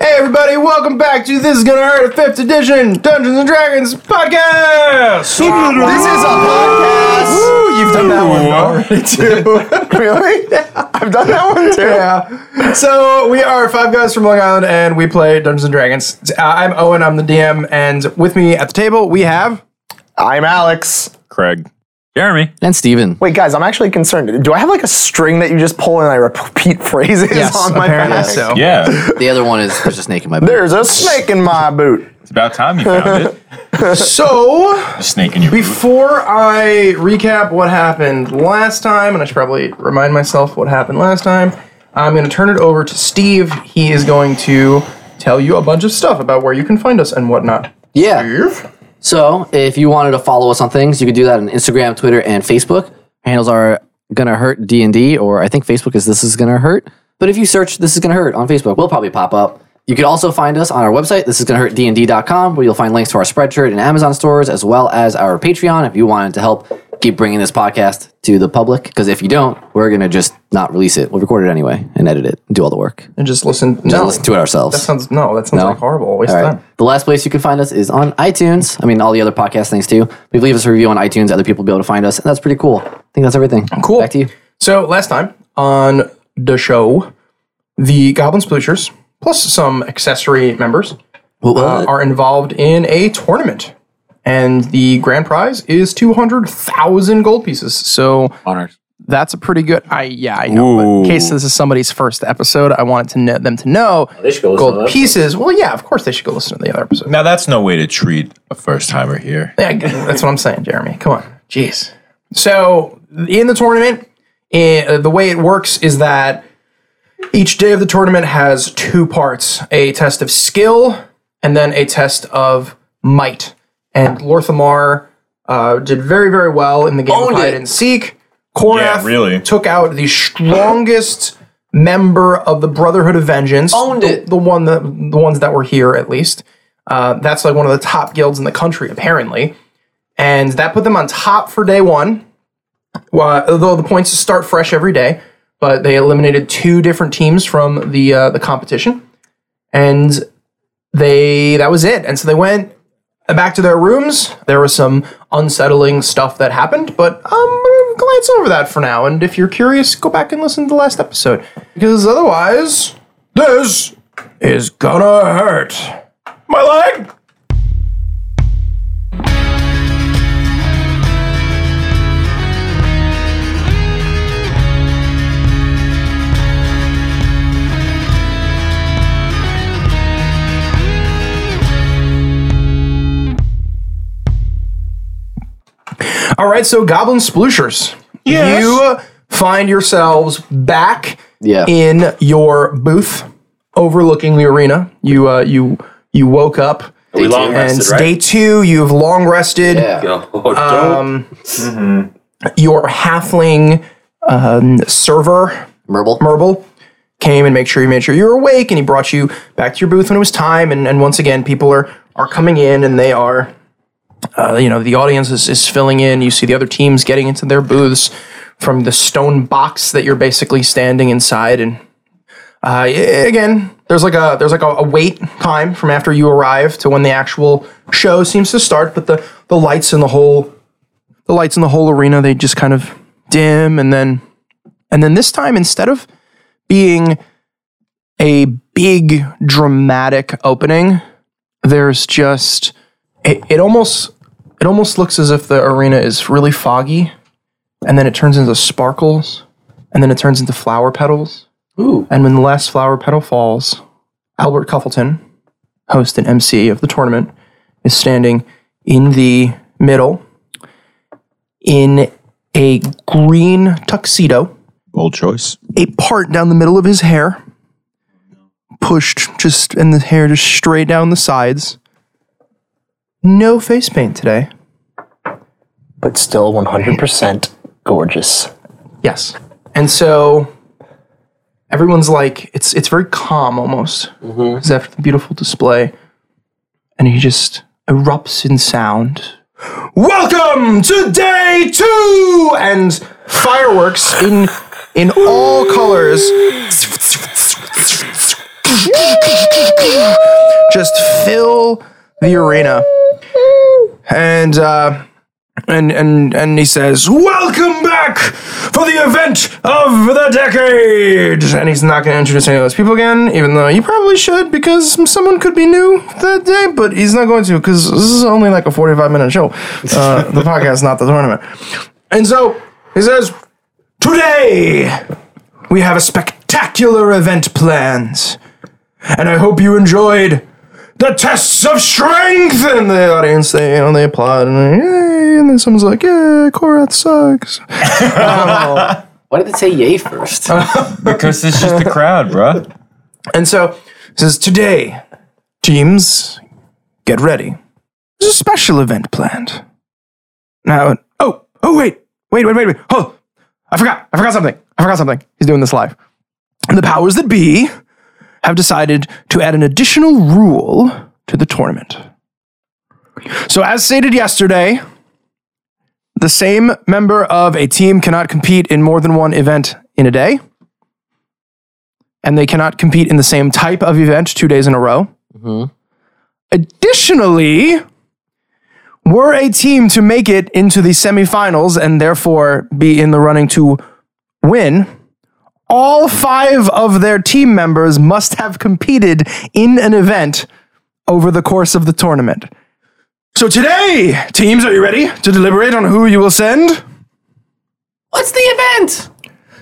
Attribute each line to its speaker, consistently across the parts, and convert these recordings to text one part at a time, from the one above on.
Speaker 1: everybody. Welcome back to This Is Gonna Hurt, 5th edition Dungeons and Dragons podcast. This is a podcast. Woo, you've done that one already, too. really? I've done that one, too. Yeah. So, we are five guys from Long Island, and we play Dungeons and Dragons. Uh, I'm Owen, I'm the DM, and with me at the table, we have.
Speaker 2: I'm Alex.
Speaker 3: Craig.
Speaker 4: Jeremy.
Speaker 5: And Steven.
Speaker 2: Wait, guys, I'm actually concerned. Do I have like a string that you just pull and I repeat phrases on my
Speaker 1: apparently
Speaker 2: back?
Speaker 1: so.
Speaker 3: Yeah,
Speaker 5: The other one is there's a snake in my butt.
Speaker 2: There's a snake in my boot.
Speaker 3: it's about time you found it.
Speaker 1: So,
Speaker 3: A snake in your boot.
Speaker 1: Before I recap what happened last time, and I should probably remind myself what happened last time, I'm going to turn it over to Steve. He is going to tell you a bunch of stuff about where you can find us and whatnot.
Speaker 5: Yeah.
Speaker 1: Steve?
Speaker 5: So if you wanted to follow us on things, you could do that on Instagram, Twitter, and Facebook. Our handles are gonna hurt D and D, or I think Facebook is this is gonna hurt. But if you search this is gonna hurt on Facebook, we'll probably pop up. You could also find us on our website, this is gonna hurt dnd.com, where you'll find links to our Spreadshirt and Amazon stores, as well as our Patreon if you wanted to help keep bringing this podcast to the public. Because if you don't, we're gonna just not release it. We'll record it anyway and edit it and do all the work.
Speaker 1: And just listen.
Speaker 5: Just
Speaker 1: No,
Speaker 5: listen to it ourselves.
Speaker 1: that sounds no. That sounds
Speaker 5: No?
Speaker 1: like horrible. Waste
Speaker 5: All
Speaker 1: of
Speaker 5: right.
Speaker 1: time.
Speaker 5: The last place you can find us is on iTunes. I mean, all the other podcast things too. We leave us a review on iTunes. Other people will be able to find us, and that's pretty cool. I think that's everything.
Speaker 1: Cool.
Speaker 5: Back to you.
Speaker 1: So last time on the show, the Goblin Splooshers plus some accessory members
Speaker 5: What,
Speaker 1: uh, are involved in a tournament. And the grand prize is 200,000 gold pieces. So
Speaker 4: Honors.
Speaker 1: that's a pretty good. I yeah, I know. But in case this is somebody's first episode, I wanted to know, them to know
Speaker 5: Oh, go listen to
Speaker 1: gold pieces. Well, yeah, of course they should go listen to the other episode.
Speaker 3: Now that's no way to treat a first timer here.
Speaker 1: Yeah, I get it. that's what I'm saying, Jeremy. Come on, jeez. So in the tournament, eh, uh, the way it works is that each day of the tournament has two parts: a test of skill and then a test of might. And Lorthamar uh, did very, very well in the game
Speaker 5: Owned
Speaker 1: of hide
Speaker 5: it.
Speaker 1: and seek. Korath
Speaker 3: Yeah, really.
Speaker 1: took out the strongest member of the Brotherhood of Vengeance.
Speaker 5: Owned
Speaker 1: the,
Speaker 5: it.
Speaker 1: The one that the ones that were here at least. Uh, that's like one of the top guilds in the country, apparently. And that put them on top for day one. Well, although the points start fresh every day, but they eliminated two different teams from the uh, the competition, and they that was it. And so they went back to their rooms. There was some unsettling stuff that happened, but um, we'll glance over that for now. And if you're curious, go back and listen to the last episode because otherwise, this is gonna hurt. My leg. All right, so goblin splooshers.
Speaker 3: Yes.
Speaker 1: You find yourselves back
Speaker 5: Yeah.
Speaker 1: in your booth overlooking the arena. You uh, you you woke up
Speaker 4: We long
Speaker 1: and
Speaker 4: rested,
Speaker 1: it's
Speaker 4: right?
Speaker 1: day 2, you've long rested.
Speaker 5: yeah.
Speaker 4: Oh,
Speaker 1: Um your halfling um, server
Speaker 5: Merble.
Speaker 1: Merble came and make sure he made sure you were awake and he brought you back to your booth when it was time and, and once again people are are coming in and they are uh, you know the audience is, is filling in you see the other teams getting into their booths from the stone box that you're basically standing inside and uh, y- again there's like a there's like a, a wait time from after you arrive to when the actual show seems to start but the the lights in the whole the lights in the whole arena they just kind of dim and then and then this time instead of being a big dramatic opening there's just it, it almost it almost looks as if the arena is really foggy and then it turns into sparkles and then it turns into flower petals
Speaker 5: Ooh.
Speaker 1: and when the last flower petal falls albert cuffleton host and mc of the tournament is standing in the middle in a green tuxedo
Speaker 3: Bold choice.
Speaker 1: a part down the middle of his hair, pushed just, and the hair just straight down the sides. No face paint today.
Speaker 2: But still 100% gorgeous.
Speaker 1: Yes. And so everyone's like, it's it's very calm almost. Because
Speaker 2: Mm-hmm.
Speaker 1: after the beautiful display, and he just erupts in sound. Welcome to day two, and fireworks in in all colors just fill the arena. And uh, and and and he says, "Welcome back for the event of the decade." And he's not going to introduce any of those people again, even though you probably should because someone could be new that day. But he's not going to because this is only like a forty-five minute show. Uh, the podcast, not the tournament. And so he says, "Today we have a spectacular event planned, and I hope you enjoyed." the tests of strength and the audience they you know, they applaud and yay and then someone's like yeah Korath sucks
Speaker 5: Why did it say yay first?
Speaker 3: Because it's just the crowd, bro.
Speaker 1: and so it says today teams get ready there's a special event planned now oh oh wait wait wait wait wait hold I forgot I forgot something I forgot something he's doing this live the powers that be have decided to add an additional rule to the tournament. So, as stated yesterday, the same member of a team cannot compete in more than one event in a day, and they cannot compete in the same type of event two days in a row. Additionally, were a team to make it into the semifinals and therefore be in the running to win, all five of their team members must have competed in an event over the course of the tournament. So today, teams, are you ready to deliberate on who you will send?
Speaker 5: What's the event?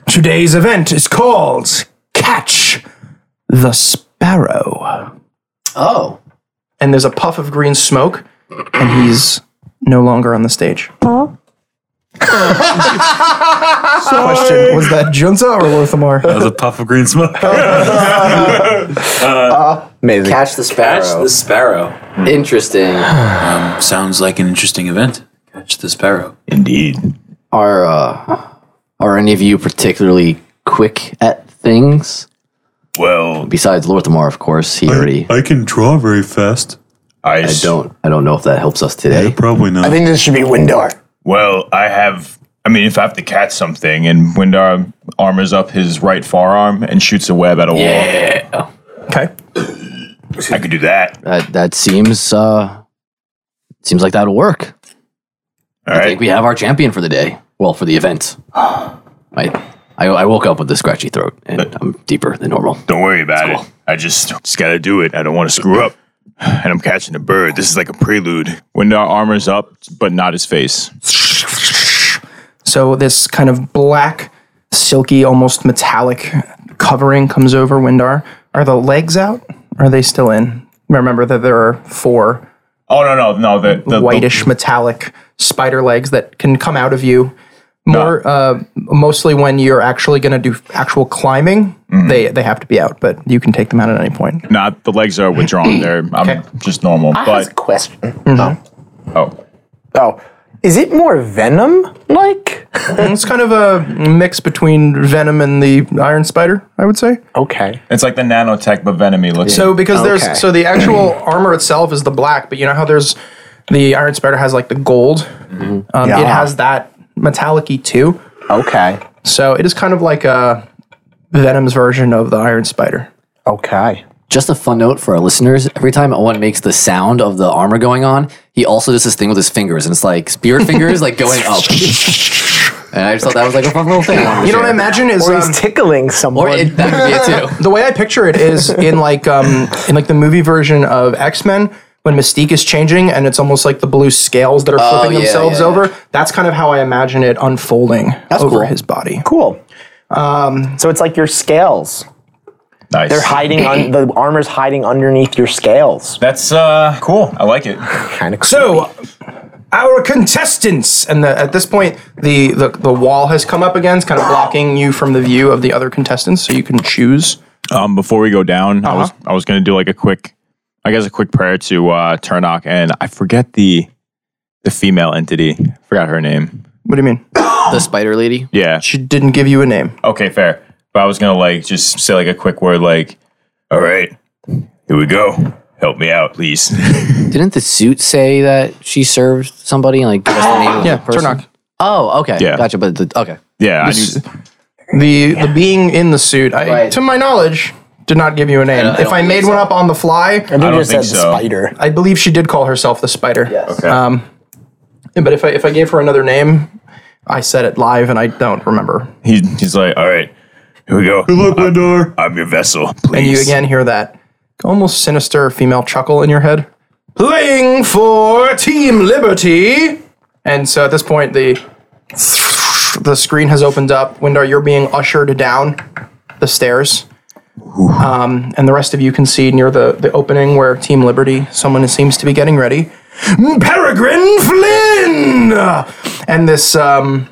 Speaker 1: Today's event is called Catch the Sparrow.
Speaker 5: Oh.
Speaker 1: And there's a puff of green smoke, and he's no longer on the stage. Question Was that Junta or Lorthamar?
Speaker 3: That was a puff of green smoke.
Speaker 2: Amazing.
Speaker 5: Catch the sparrow.
Speaker 4: Catch the sparrow.
Speaker 5: Interesting.
Speaker 4: Um, Sounds like an interesting event. Catch the sparrow.
Speaker 3: Indeed.
Speaker 5: Are uh, are any of you particularly quick at things?
Speaker 3: Well,
Speaker 5: Besides Lorthamar, of course. He already.
Speaker 6: I can draw very fast.
Speaker 3: I,
Speaker 5: I don't. I don't know if that helps us today.
Speaker 6: Probably not.
Speaker 2: I think this should be Windar.
Speaker 3: Well, I have. I mean, if I have to catch something, and Windar armors up his right forearm and shoots a web at a
Speaker 1: Okay.
Speaker 3: wall, I could do that.
Speaker 5: That that seems uh, seems like that'll work.
Speaker 3: All
Speaker 5: I
Speaker 3: right.
Speaker 5: think we have our champion for the day. Well, for the event. I I, I woke up with a scratchy throat, and I'm deeper than normal.
Speaker 3: Don't worry about it. I just just gotta do it. I don't want to screw up. And I'm catching a bird. This is like a prelude. When our armor's up, but not his face.
Speaker 1: So this kind of black, silky, almost metallic covering comes over Windar. Are the legs out? Are they still in? Remember that there are four
Speaker 3: Oh no no no the, the the-
Speaker 1: whitish metallic spider legs that can come out of you. More uh, mostly when you're actually going to do actual climbing,
Speaker 2: Mm-hmm.
Speaker 1: they they have to be out, but you can take them out at any point.
Speaker 3: not the legs are withdrawn. They're I'm just normal.
Speaker 2: That's a
Speaker 3: But
Speaker 2: question.
Speaker 3: oh
Speaker 2: Oh, is it more Venom like?
Speaker 1: It's kind of a mix between Venom and the Iron Spider, I would say.
Speaker 2: Okay.
Speaker 3: it's like the nanotech but venomy looks
Speaker 1: So because
Speaker 2: Oh, Okay.
Speaker 1: there's so the actual armor itself is the black, but you know how there's the Iron Spider has like the gold. Um, It
Speaker 2: Mm-hmm. Yeah.
Speaker 1: has that metallic-y too.
Speaker 2: Okay.
Speaker 1: So it is kind of like a Venom's version of the Iron Spider.
Speaker 2: Okay.
Speaker 5: Just a fun note for our listeners: every time Owen makes the sound of the armor going on, he also does this thing with his fingers, and it's like spirit fingers, like going up. And I just thought that was like a fun little thing.
Speaker 1: You know what I imagine is
Speaker 2: Or
Speaker 1: um,
Speaker 2: he's tickling someone.
Speaker 5: Or it, that could be it too.
Speaker 1: the way I picture it is in like um in like the movie version of X Men when Mystique is changing and it's almost like the blue scales that are flipping
Speaker 5: yeah,
Speaker 1: themselves
Speaker 5: yeah, yeah.
Speaker 1: over. That's kind of how I imagine it unfolding over
Speaker 5: cool.
Speaker 1: his body.
Speaker 2: cool. Um, so it's like your scales.
Speaker 3: nice.
Speaker 2: They're hiding on the armor's hiding underneath your scales.
Speaker 3: That's uh cool. I like it.
Speaker 2: Kind of
Speaker 1: So, our contestants, and the, at this point, the, the the wall has come up again, it's kind of blocking you from the view of the other contestants, so you can choose.
Speaker 3: Um, before we go down, I was I was gonna do like a quick, I guess a quick prayer to uh, Turnock, and I forget the the female entity. Forgot her name.
Speaker 1: What do you mean?
Speaker 5: The spider lady.
Speaker 3: Yeah.
Speaker 1: She didn't give you a name.
Speaker 3: Okay, fair. But I was gonna like just say like a quick word, like, all right, here we go. Help me out, please.
Speaker 5: Didn't the suit say that she served somebody? Like, give us the name of the person.
Speaker 1: Turnock.
Speaker 5: Oh, okay.
Speaker 3: Yeah.
Speaker 5: Gotcha. But the, okay.
Speaker 3: yeah, I knew,
Speaker 1: The the being in the suit, I,
Speaker 5: Right.
Speaker 1: to my knowledge, Did not give you a name.
Speaker 4: don't- I
Speaker 1: if
Speaker 4: don't
Speaker 1: I made
Speaker 4: think
Speaker 1: one
Speaker 4: so.
Speaker 1: up on the fly,
Speaker 2: I
Speaker 3: don't
Speaker 2: just
Speaker 3: think
Speaker 2: said
Speaker 3: so.
Speaker 2: spider.
Speaker 1: I believe she did call herself the Spider. Yes.
Speaker 3: Okay.
Speaker 1: Um, but if I if I gave her another name, I said it live and I don't remember.
Speaker 3: He, he's like, all right, here we go.
Speaker 6: Look, my door.
Speaker 3: I'm your vessel,
Speaker 1: And
Speaker 3: please.
Speaker 1: you again hear that almost sinister female chuckle in your head. Playing for Team Liberty. And so at this point the the screen has opened up. Windar, you're being ushered down the stairs. Um, and the rest of you can see near the, the opening where Team Liberty, someone seems to be getting ready. Peregrine Flynn! And this, um,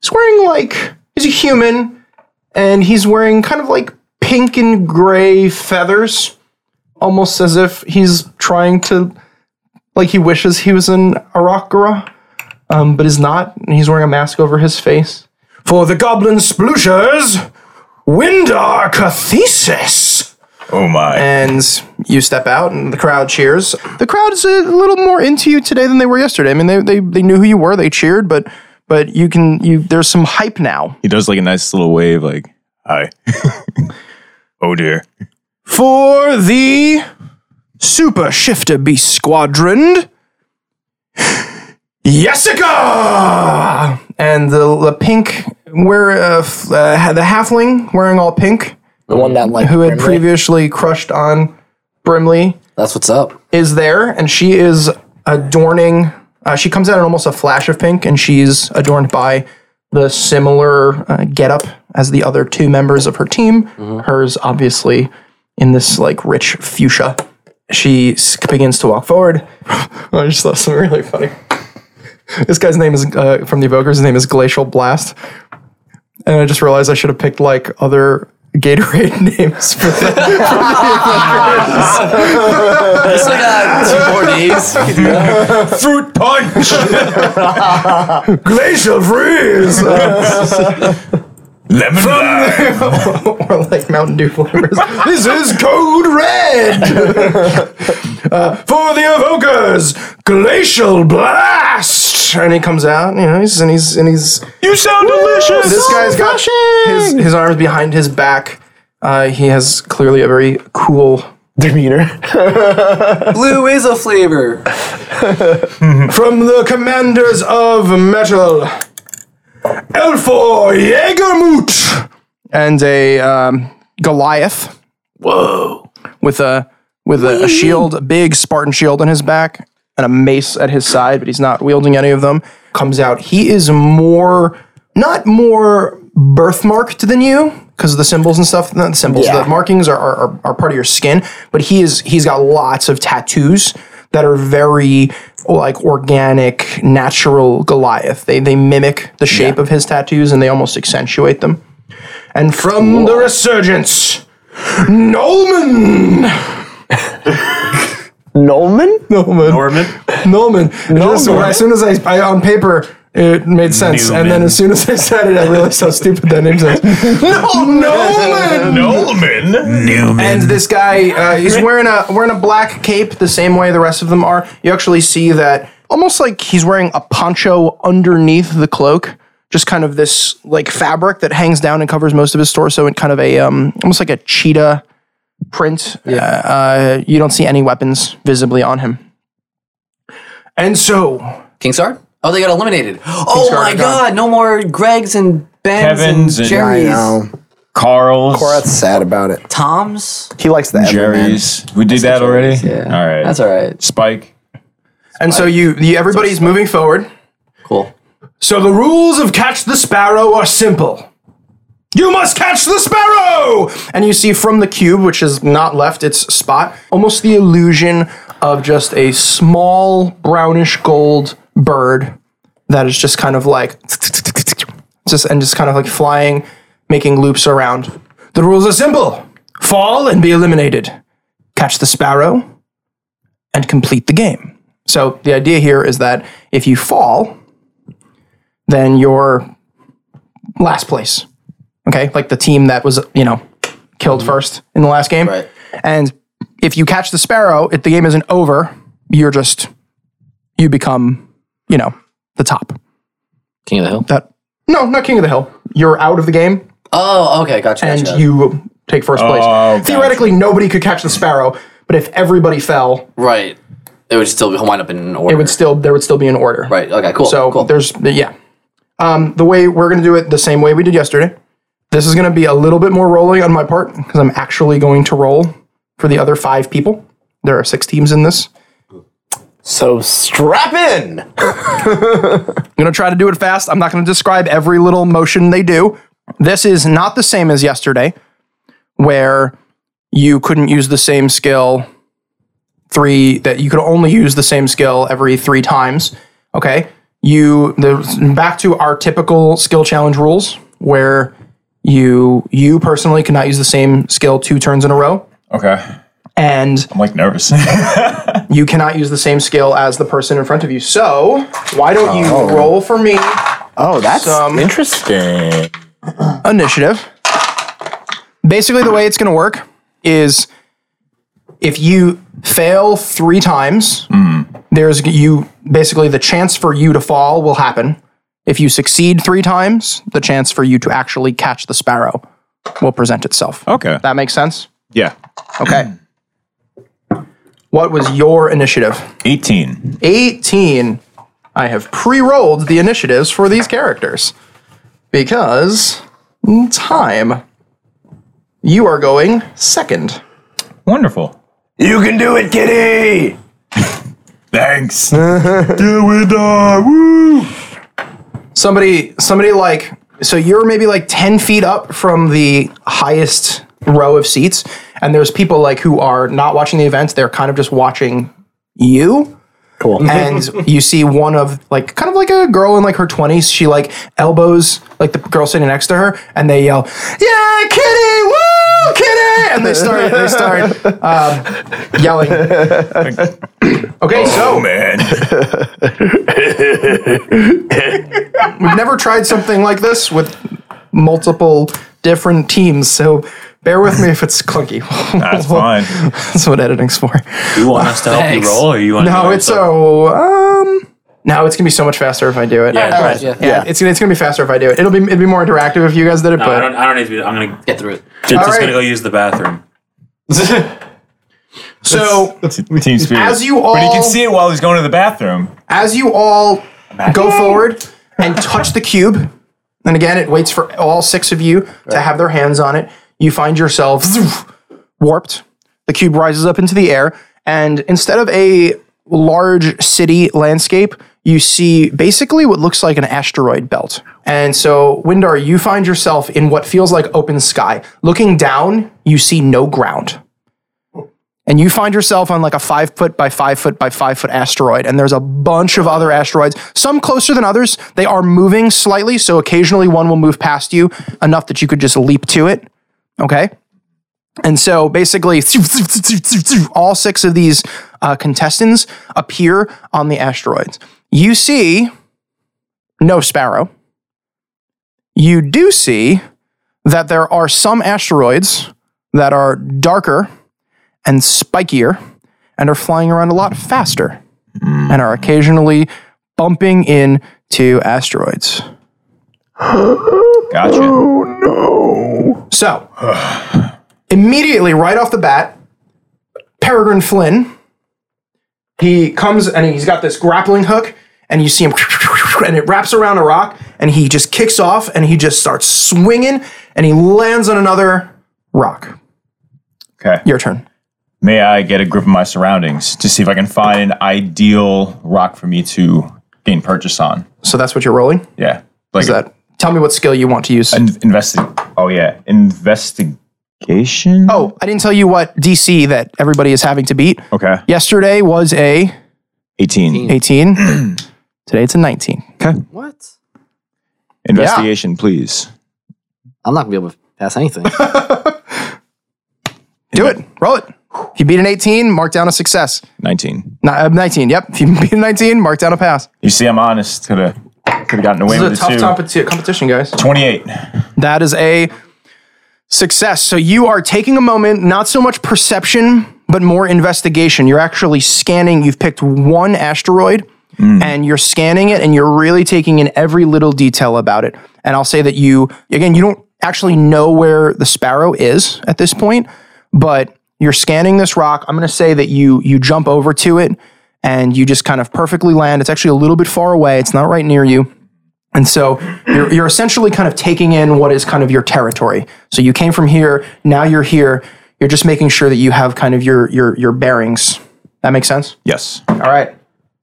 Speaker 1: he's wearing like, he's a human, and he's wearing kind of like pink and gray feathers, almost as if he's trying to, like, he wishes he was an Arakara, um, but is not, and he's wearing a mask over his face. For the Goblin Splooshers, Windar Cathesis!
Speaker 3: Oh my.
Speaker 1: and you step out and the crowd cheers the crowd is a little more into you today than they were yesterday i mean they, they, they knew who you were they cheered but but you can you there's some hype now
Speaker 3: he does like a nice little wave, like, hi. oh dear.
Speaker 1: for the super shifter beast squadron Jessica! And the, the pink, where uh, f- uh, the halfling wearing all pink,
Speaker 2: The one that like
Speaker 1: who had
Speaker 2: Brimley.
Speaker 1: previously crushed on Brimley,
Speaker 5: That's what's up.
Speaker 1: is there, and she is adorning. Uh, she comes out in almost a flash of pink, and she's adorned by the similar uh, getup as the other two members of her team. Hers, obviously, in this like rich fuchsia. She s- begins to walk forward. I just thought something really funny. This guy's name is uh, from the evokers. His name is Glacial Blast, and I just realized I should have picked like other Gatorade names for that.
Speaker 5: It's like two more days.
Speaker 3: Fruit punch!
Speaker 1: Glacial Freeze.
Speaker 3: Lemon lime.
Speaker 1: or like Mountain Dew flavors. this is Code Red Uh, for the Evokers Glacial Blast. And he comes out, you know, he's and he's and he's
Speaker 3: You sound delicious!
Speaker 1: this guy's got his his arms behind his back. Uh, he has clearly a very cool
Speaker 2: Demeter.
Speaker 5: Blue is a flavor.
Speaker 1: from the commanders of metal, Elfor Jägermut, and a um, Goliath. Whoa! With a with a, a shield, a big Spartan shield on his back, and a mace at his side, but he's not wielding any of them. Comes out. He is more, not more birthmarked than you. Because the symbols and stuff, not the symbols, the markings are, are, are- are part of your skin. But he is he's got lots of tattoos that are very like organic, natural Goliath. They they mimic the shape of his tattoos and they almost accentuate them. And from the resurgence, Nolman,
Speaker 2: Nolman?
Speaker 1: Nolman,
Speaker 6: Norman?
Speaker 1: Nolman. And just- as soon as I, I on paper. It made sense, and then
Speaker 3: Newman.
Speaker 1: as soon as I said it, I realized how stupid that name sounds. Nolman.
Speaker 3: Nolman! Newman.
Speaker 1: And this guy, uh, he's wearing a wearing a black cape, the same way the rest of them are. You actually see that almost like he's wearing a poncho underneath the cloak, just kind of this like fabric that hangs down and covers most of his torso, and kind of a um, almost like a cheetah print. Yeah. Uh, you don't see any weapons visibly on him. And so,
Speaker 5: Kingstar? Oh, they got eliminated. oh
Speaker 1: Kingsguard
Speaker 5: my
Speaker 1: are gone.
Speaker 5: god, no more Gregs and Bens
Speaker 3: Kevins
Speaker 5: and
Speaker 3: and-
Speaker 2: I
Speaker 5: Jerry's.
Speaker 2: know.
Speaker 3: Carl's.
Speaker 2: That's sad about it.
Speaker 5: Tom's?
Speaker 2: He likes the Everman.
Speaker 3: Jerry's. We did that already?
Speaker 5: Yeah.
Speaker 3: All right.
Speaker 5: That's all right.
Speaker 3: Spike.
Speaker 1: and so you, you everybody's moving forward.
Speaker 5: Cool.
Speaker 1: So the rules of Catch the Sparrow are simple. You must catch the sparrow! And you see from the cube, which has not left its spot, almost the illusion of just a small brownish gold bird that is just kind of like just and just kind of like flying, making loops around. The rules are simple. Fall and be eliminated. Catch the sparrow and complete the game. So the idea here is that if you fall, than your last place. Okay, like the team that was you know killed first in the last game.
Speaker 5: Right.
Speaker 1: And if you catch the sparrow, if the game isn't over, you're just you become you know the top.
Speaker 5: King of the Hill.
Speaker 1: That no, not king of the hill. You're out of the game,
Speaker 5: Oh, okay, gotcha. Oh,
Speaker 1: and
Speaker 5: gotcha.
Speaker 1: you take first place.
Speaker 3: gotcha.
Speaker 1: Theoretically, nobody could catch the sparrow, but if everybody fell,
Speaker 5: Right. It would still wind up in an order.
Speaker 1: it would still there would still be an order.
Speaker 5: Right. Okay. Cool.
Speaker 1: So
Speaker 5: cool.
Speaker 1: there's yeah. Um, the way we're gonna do it the same way we did yesterday. This is gonna be a little bit more rolling on my part because I'm actually going to roll for the other five people. There are six teams in this.
Speaker 2: So strap in.
Speaker 1: I'm gonna try to do it fast. I'm not gonna describe every little motion they do. This is not the same as yesterday, where you couldn't use the same skill three that you could only use the same skill every three times. Okay. You the back to our typical skill challenge rules where you you personally cannot use the same skill two turns in a row.
Speaker 3: Okay.
Speaker 1: And
Speaker 3: I'm like nervous.
Speaker 1: you cannot use the same skill as the person in front of you. So why don't you roll for me
Speaker 2: Oh, that's
Speaker 1: Some-
Speaker 2: interesting.
Speaker 1: initiative. Basically, the way it's going to work is if you fail three times, there's you basically the chance for you to fall will happen. If you succeed three times, the chance for you to actually catch the sparrow will present itself.
Speaker 3: okay.
Speaker 1: That makes sense.
Speaker 3: Yeah.
Speaker 1: Okay. What was your initiative?
Speaker 3: 18.
Speaker 1: 18. I have pre rolled the initiatives for these characters because time. You are going second.
Speaker 3: Wonderful.
Speaker 2: You can do it, kitty.
Speaker 3: Thanks. Do it. Uh, woo.
Speaker 1: Somebody, somebody like, so you're maybe like 10 feet up from the highest row of seats, and there's people like who are not watching the event, they're kind of just watching you.
Speaker 2: Cool.
Speaker 1: and you see one of like kind of like a girl in like her 20s she like elbows like the girl sitting next to her and they yell yeah kitty woo kitty and they start they start um, yelling okay so
Speaker 3: Oh, Man.
Speaker 1: we've never tried something like this with multiple different teams so bear with me if it's clunky
Speaker 3: That's fine.
Speaker 1: that's what editing's for
Speaker 4: You want us to help
Speaker 5: Thanks.
Speaker 4: you roll, or you want?
Speaker 1: no it's so um no it's gonna be so much faster if i do it
Speaker 4: Yeah,
Speaker 5: Alright,
Speaker 4: yeah.
Speaker 1: Yeah, it's gonna it's gonna be faster if I do it. It'll be it'd be more interactive if you guys did it.
Speaker 4: No, I
Speaker 1: but
Speaker 4: don't. I don't need to be. I'm gonna.
Speaker 5: Get through it.
Speaker 4: Just, just
Speaker 1: right.
Speaker 4: gonna go use the bathroom.
Speaker 1: so
Speaker 3: Team spirit.
Speaker 1: As you
Speaker 3: But he
Speaker 1: all-
Speaker 3: can see it while he's going to the bathroom.
Speaker 1: as you all go forward and touch the cube, and again it waits for all six of you to have their hands on it. You find yourself warped. The cube rises up into the air, and instead of a large city landscape, you see basically what looks like an asteroid belt. And so, Windar, you find yourself in what feels like open sky. Looking down, you see no ground. and you find yourself on like a five foot by five foot by five foot asteroid, and there's a bunch of other asteroids, some closer than others. They are moving slightly, so occasionally one will move past you enough that you could just leap to it. Okay. And so basically, all six of these uh, contestants appear on the asteroids. You see no sparrow. You do see that there are some asteroids that are darker and spikier and are flying around a lot faster and are occasionally bumping into asteroids.
Speaker 3: Gotcha.
Speaker 1: So, immediately, right off the bat, Peregrine Flynn, he comes and he's got this grappling hook, and you see him, and it wraps around a rock, and he just kicks off, and he just starts swinging, and he lands on another rock.
Speaker 3: Okay.
Speaker 1: Your turn.
Speaker 3: May I get a grip of my surroundings to see if I can find an ideal rock for me to gain purchase on?
Speaker 1: So that's what you're rolling.
Speaker 3: Yeah. Like
Speaker 1: Is that? Tell me what skill you want to use.
Speaker 3: an investi Oh yeah, investigation.
Speaker 1: Oh, I didn't tell you what DC that everybody is having to beat.
Speaker 3: okay.
Speaker 1: Yesterday was a
Speaker 3: Eighteen.
Speaker 1: 18. Today it's a 19.
Speaker 3: Okay.
Speaker 5: What?
Speaker 3: Investigation, please.
Speaker 5: I'm not gonna be able to pass anything.
Speaker 1: Do it. Roll it. If you beat an 18, mark down a success.
Speaker 3: Nineteen.
Speaker 1: Ni- uh, 19. Yep. If you beat a 19, mark down a pass.
Speaker 3: You see, I'm honest. Could have could have gotten away with it too.
Speaker 1: competition, guys.
Speaker 3: Twenty-eight.
Speaker 1: That is a success. So you are taking a moment, not so much perception, but more investigation. You're actually scanning. You've picked one asteroid and you're scanning it and you're really taking in every little detail about it. And I'll say that you, again, you don't actually know where the sparrow is at this point, but you're scanning this rock. I'm going to say that you you jump over to it and you just kind of perfectly land. It's actually a little bit far away. It's not right near you. And so you're, you're essentially kind of taking in what is kind of your territory. So you came from here, now you're here. You're just making sure that you have kind of your your your bearings. That makes sense?
Speaker 3: Yes.
Speaker 1: All right.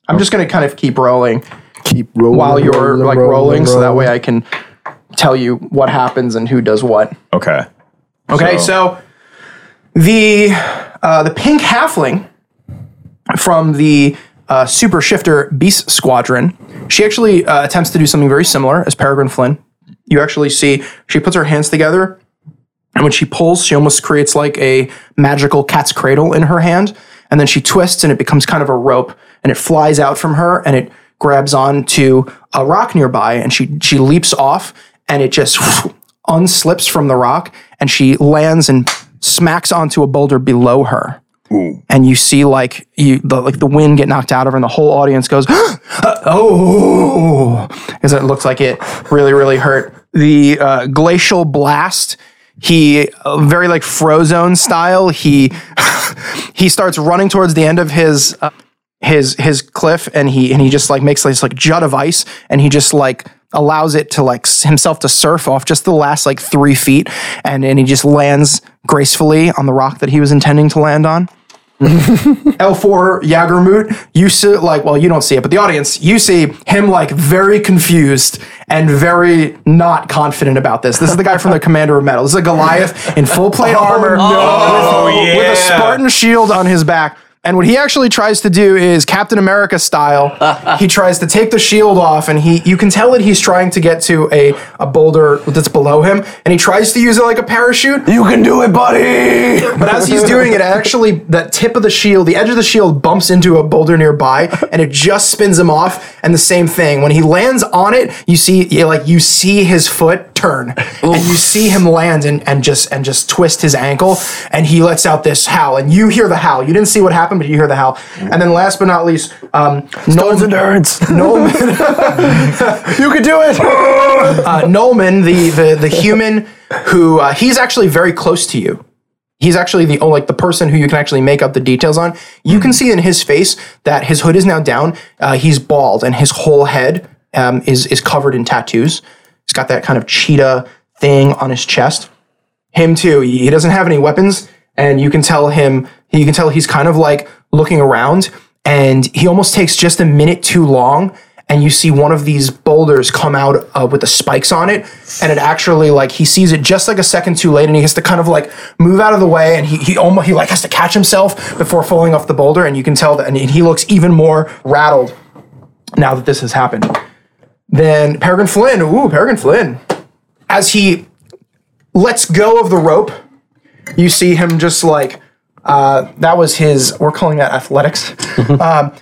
Speaker 1: I'm just going to kind of keep rolling
Speaker 2: Keep rolling
Speaker 1: while you're like rolling so that way I can tell you what happens and who does what.
Speaker 3: Okay.
Speaker 1: Okay, so, the uh, the pink halfling from the uh, Super Shifter Beast Squadron, she actually uh, attempts to do something very similar as Peregrine Flynn. You actually see she puts her hands together, and when she pulls, she almost creates like a magical cat's cradle in her hand, and then she twists, and it becomes kind of a rope, and it flies out from her, and it grabs onto a rock nearby, and she she leaps off, and it just unslips from the rock and she lands and smacks onto a boulder below her. And you see like you the, like the wind get knocked out of her and the whole audience goes oh because it looks like it really really hurt. The uh, glacial blast he uh, very like Frozone style he he starts running towards the end of his uh, his his cliff and he and he just like makes this like jut of ice and he just like allows it to like s- himself to surf off just the last like three feet and and he just lands gracefully on the rock that he was intending to land on. L4 Yagermut, you see like well you don't see it, but the audience, you see him like very confused and very not confident about this. This is the guy from the Commander of Metal. This is a Goliath in full plate armor with, with a Spartan shield on his back. And what he actually tries to do is Captain America style. he tries to take the shield off, and he you can tell that he's trying to get to a, a boulder that's below him, and he tries to use it like a parachute.
Speaker 2: You can do it, buddy.
Speaker 1: But as he's doing it, actually, that tip of the shield, the edge of the shield bumps into a boulder nearby, and it just spins him off. And the same thing, when he lands on it, you see, you, like, you see his foot turn, and you see him land and, and just and just twist his ankle, and he lets out this howl, and you hear the howl. You didn't see what happened, but you hear the howl. And then, last but not least, um,
Speaker 2: Stones and nerds.
Speaker 1: Nolan,
Speaker 2: you can do it.
Speaker 1: uh, Nolman, the the the human who uh, he's actually very close to you. He's actually the oh, like the person who you can actually make up the details on. You can see in his face that his hood is now down. Uh, he's bald, and his whole head um, is is covered in tattoos. He's got that kind of cheetah thing on his chest. Him too. He he doesn't have any weapons, and you can tell him. You can tell he's kind of like looking around, and he almost takes just a minute too long. And you see one of these boulders come out uh, with the spikes on it, and it actually like he sees it just like a second too late, and he has to kind of like move out of the way, and he he almost he like has to catch himself before falling off the boulder, and you can tell that, and he looks even more rattled now that this has happened. Then Peregrine Flynn, ooh, Peregrine Flynn, as he lets go of the rope, you see him just like uh, that was his. We're calling that athletics. um,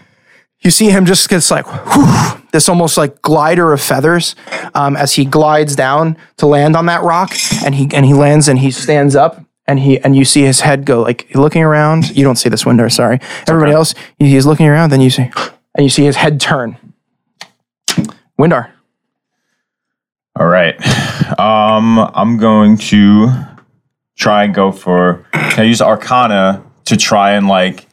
Speaker 1: you see him just gets like whew, this almost like glider of feathers um, as he glides down to land on that rock, and he and he lands and he stands up. And he and you see his head go like looking around. You don't see this window, sorry. Everybody else, he- he's looking around. Then you see, and you see his head turn. Windar.
Speaker 3: All right. Um, I'm going to try and go for. Can I use Arcana to try and like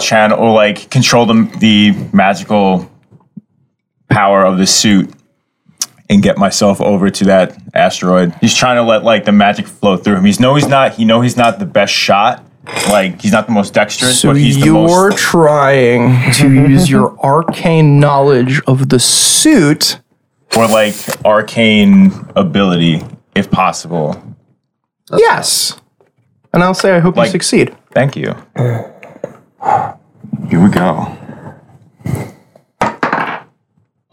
Speaker 3: channel or like control the the magical power of the suit and get myself over to that asteroid. He's trying to let like the magic flow through him. He's no, he's not. He know he's not the best shot. Like he's not the most dexterous,
Speaker 1: So
Speaker 3: but he's the
Speaker 1: you're
Speaker 3: most.
Speaker 1: trying to use your arcane knowledge of the suit.
Speaker 3: or like arcane ability, if possible.
Speaker 1: Yes. And I'll say I hope
Speaker 3: Like-
Speaker 1: you succeed.
Speaker 3: Thank you. Here we go.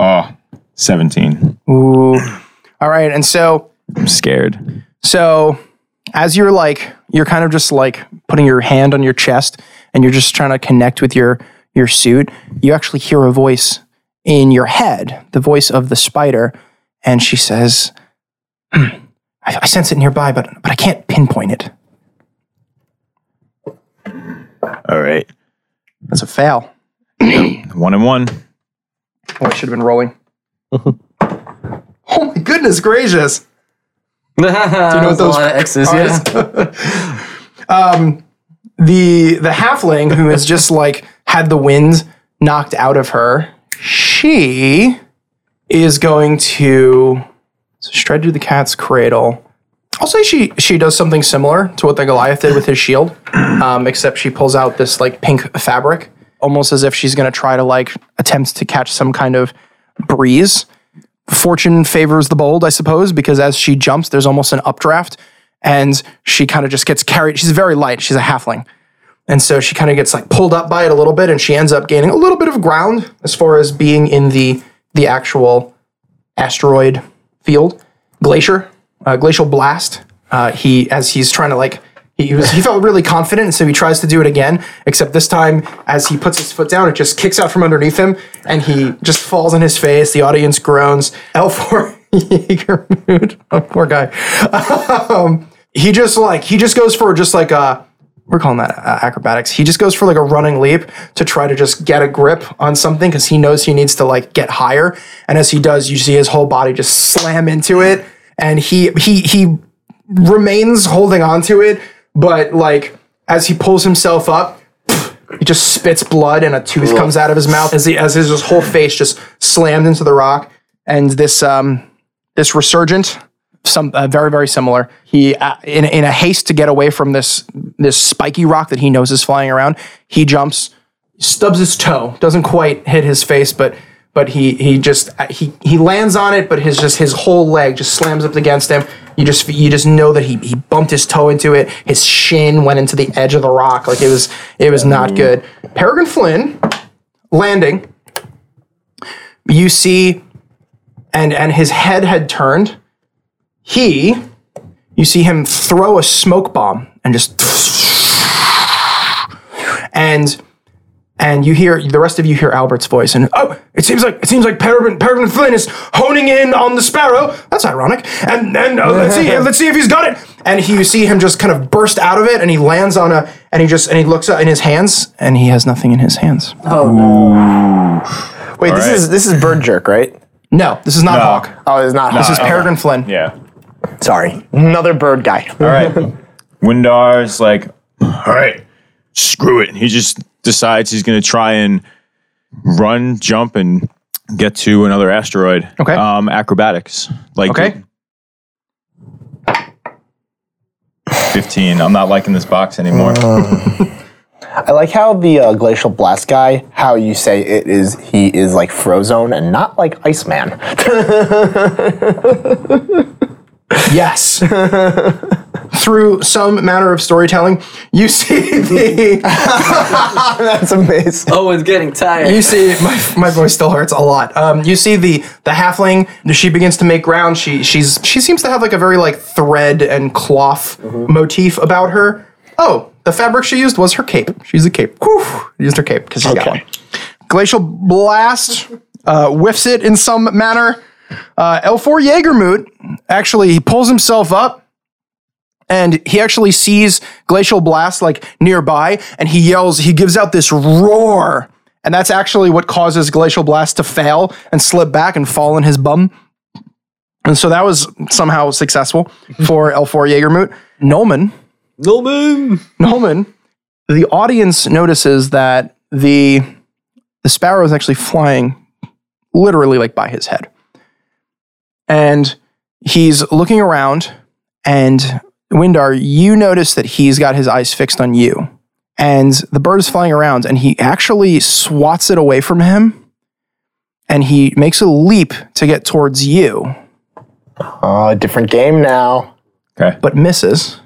Speaker 3: Oh, 17.
Speaker 1: Ooh. All right. And so
Speaker 3: I'm scared.
Speaker 1: so as you're like you're kind of just like putting your hand on your chest and you're just trying to connect with your your suit, you actually hear a voice in your head, the voice of the spider, and she says, "Hmm, I, I sense it nearby, but but I can't pinpoint it.
Speaker 3: All right.
Speaker 1: That's a fail.
Speaker 3: One and one.
Speaker 1: Oh, I should have been rolling. oh my goodness gracious.
Speaker 5: you know
Speaker 1: what those
Speaker 5: a lot of X's,
Speaker 1: are?
Speaker 5: yeah.
Speaker 1: the the halfling who has just like had the wind knocked out of her, she is going to so she tried to do the cat's cradle. I'll say she she does something similar to what the Goliath did with his shield, um, except she pulls out this like pink fabric, almost as if she's going to try to like attempt to catch some kind of breeze. Fortune favors the bold, I suppose, because as she jumps, there's almost an updraft, and she kind of just gets carried. She's very light; she's a halfling, and so she kind of gets like pulled up by it a little bit, and she ends up gaining a little bit of ground as far as being in the the actual asteroid field, glacier, uh, glacial blast. Uh, he as he's trying to like he, he was he felt really confident, and so he tries to do it again. Except this time, as he puts his foot down, it just kicks out from underneath him, and he just falls on his face. The audience groans. L four Jaeger mood. Oh, poor guy. Um, he just like he just goes for just like a we're calling that uh, acrobatics. He just goes for like a running leap to try to just get a grip on something because he knows he needs to like get higher. And as he does, you see his whole body just slam into it, and he he he remains holding on to it, but like as he pulls himself up, he just spits blood and a tooth comes out of his mouth as he as his, his whole face just slammed into the rock. And this um this resurgent some uh, very very similar. He uh, in in a haste to get away from this this spiky rock that he knows is flying around, he jumps, stubs his toe, doesn't quite hit his face, but but he he just uh, he he lands on it, but his just his whole leg just slams up against him. You just you just know that he he bumped his toe into it. His shin went into the edge of the rock, like it was it was not good. Peregrine Flynn landing. You see, and and his head had turned he you see him throw a smoke bomb and just and and you hear the rest of you hear Albert's voice and oh it seems like it seems like Peregrine, Peregrine Flynn is honing in on the sparrow that's ironic and and uh, let's see let's see if he's got it and he, you see him just kind of burst out of it and he lands on a and he just and he looks in his hands and he has nothing in his hands
Speaker 2: Wait, this
Speaker 3: right.
Speaker 2: is this is bird jerk, right?
Speaker 1: no this is not Hawk
Speaker 2: Oh, it's not.
Speaker 1: this is Peregrine Flynn
Speaker 3: Yeah.
Speaker 2: Sorry, another bird guy.
Speaker 3: All right. Windar's like, all right, screw it. He just decides he's going to try and run, jump, and get to another asteroid.
Speaker 1: Okay.
Speaker 3: Um, acrobatics. Like,
Speaker 1: Okay.
Speaker 3: 15. I'm not liking this box anymore.
Speaker 2: I like how the uh, glacial blast guy. How you say it is? He is like Frozone and not like Iceman.
Speaker 1: Yes. Through some manner of storytelling, you see the
Speaker 2: That's amazing.
Speaker 5: Owen's getting tired.
Speaker 1: you see my, my voice still hurts a lot. Um, you see the the halfling. She begins to make ground. She she's she seems to have like a very like thread and cloth motif about her. Oh, the fabric she used was her cape. She's a cape. Whew, used her cape because she's got one. Glacial blast uh, whiffs it in some manner. Uh, L4 Jaegermut actually he pulls himself up and he actually sees glacial blast like nearby and he yells he gives out this roar and that's actually what causes glacial blast to fail and slip back and fall on his bum and so that was somehow successful for l4 jaegermut nolman
Speaker 5: Norman.
Speaker 1: nolman the audience notices that the the sparrow is actually flying literally like by his head and he's looking around and Windar, you notice that he's got his eyes fixed on you. And the bird is flying around and he actually swats it away from him and he makes a leap to get towards you,
Speaker 2: Oh, different game now.
Speaker 3: Okay.
Speaker 1: but misses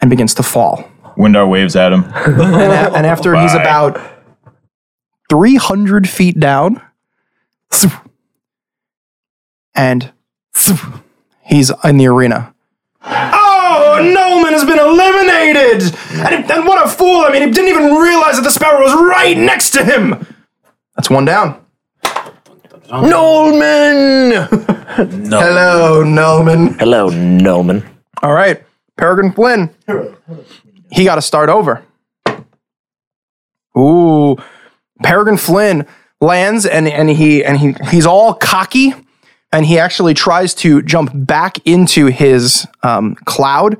Speaker 1: and begins to fall.
Speaker 3: Windar waves at him.
Speaker 1: And, a- and after he's
Speaker 3: Bye.
Speaker 1: about 300 feet down, and he's in the arena. Oh, Noman has been eliminated! And, it- and what a fool! I mean, he didn't even realize that the sparrow was right next to him! That's one down. Nolman!
Speaker 4: No.
Speaker 1: Hello, Noman.
Speaker 2: Hello, Noman.
Speaker 1: All right, Peregrine Flynn. He got to start over. Ooh, Peregrine Flynn lands and and he and he he's all cocky, and he actually tries to jump back into his um, cloud.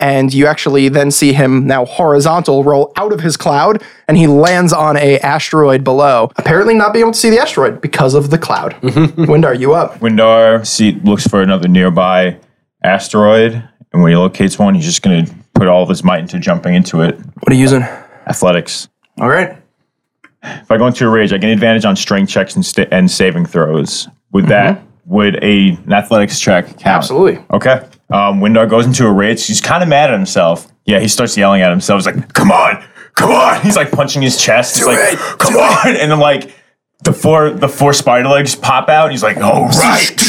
Speaker 1: And you actually then see him now horizontal roll out of his cloud, and he lands on a asteroid below. Apparently, not being able to see the asteroid because of the cloud. Windar, you up?
Speaker 3: Windar see, looks for another nearby asteroid, and when he locates one, he's just going to put all of his might into jumping into it.
Speaker 1: What are you using?
Speaker 3: Athletics.
Speaker 1: All right.
Speaker 3: If I go into a rage, I get an advantage on strength checks and, sta and saving throws. With that, would a an athletics check count?
Speaker 1: Mm-hmm. Absolutely.
Speaker 3: Okay. Um, Windar goes into a rage. He's kind of mad at himself. Yeah, he starts yelling at himself. He's like, "Come on, come on!" He's like punching his chest. He's like, "Come on!" And then like the four the four spider legs pop out. And he's like, "All right."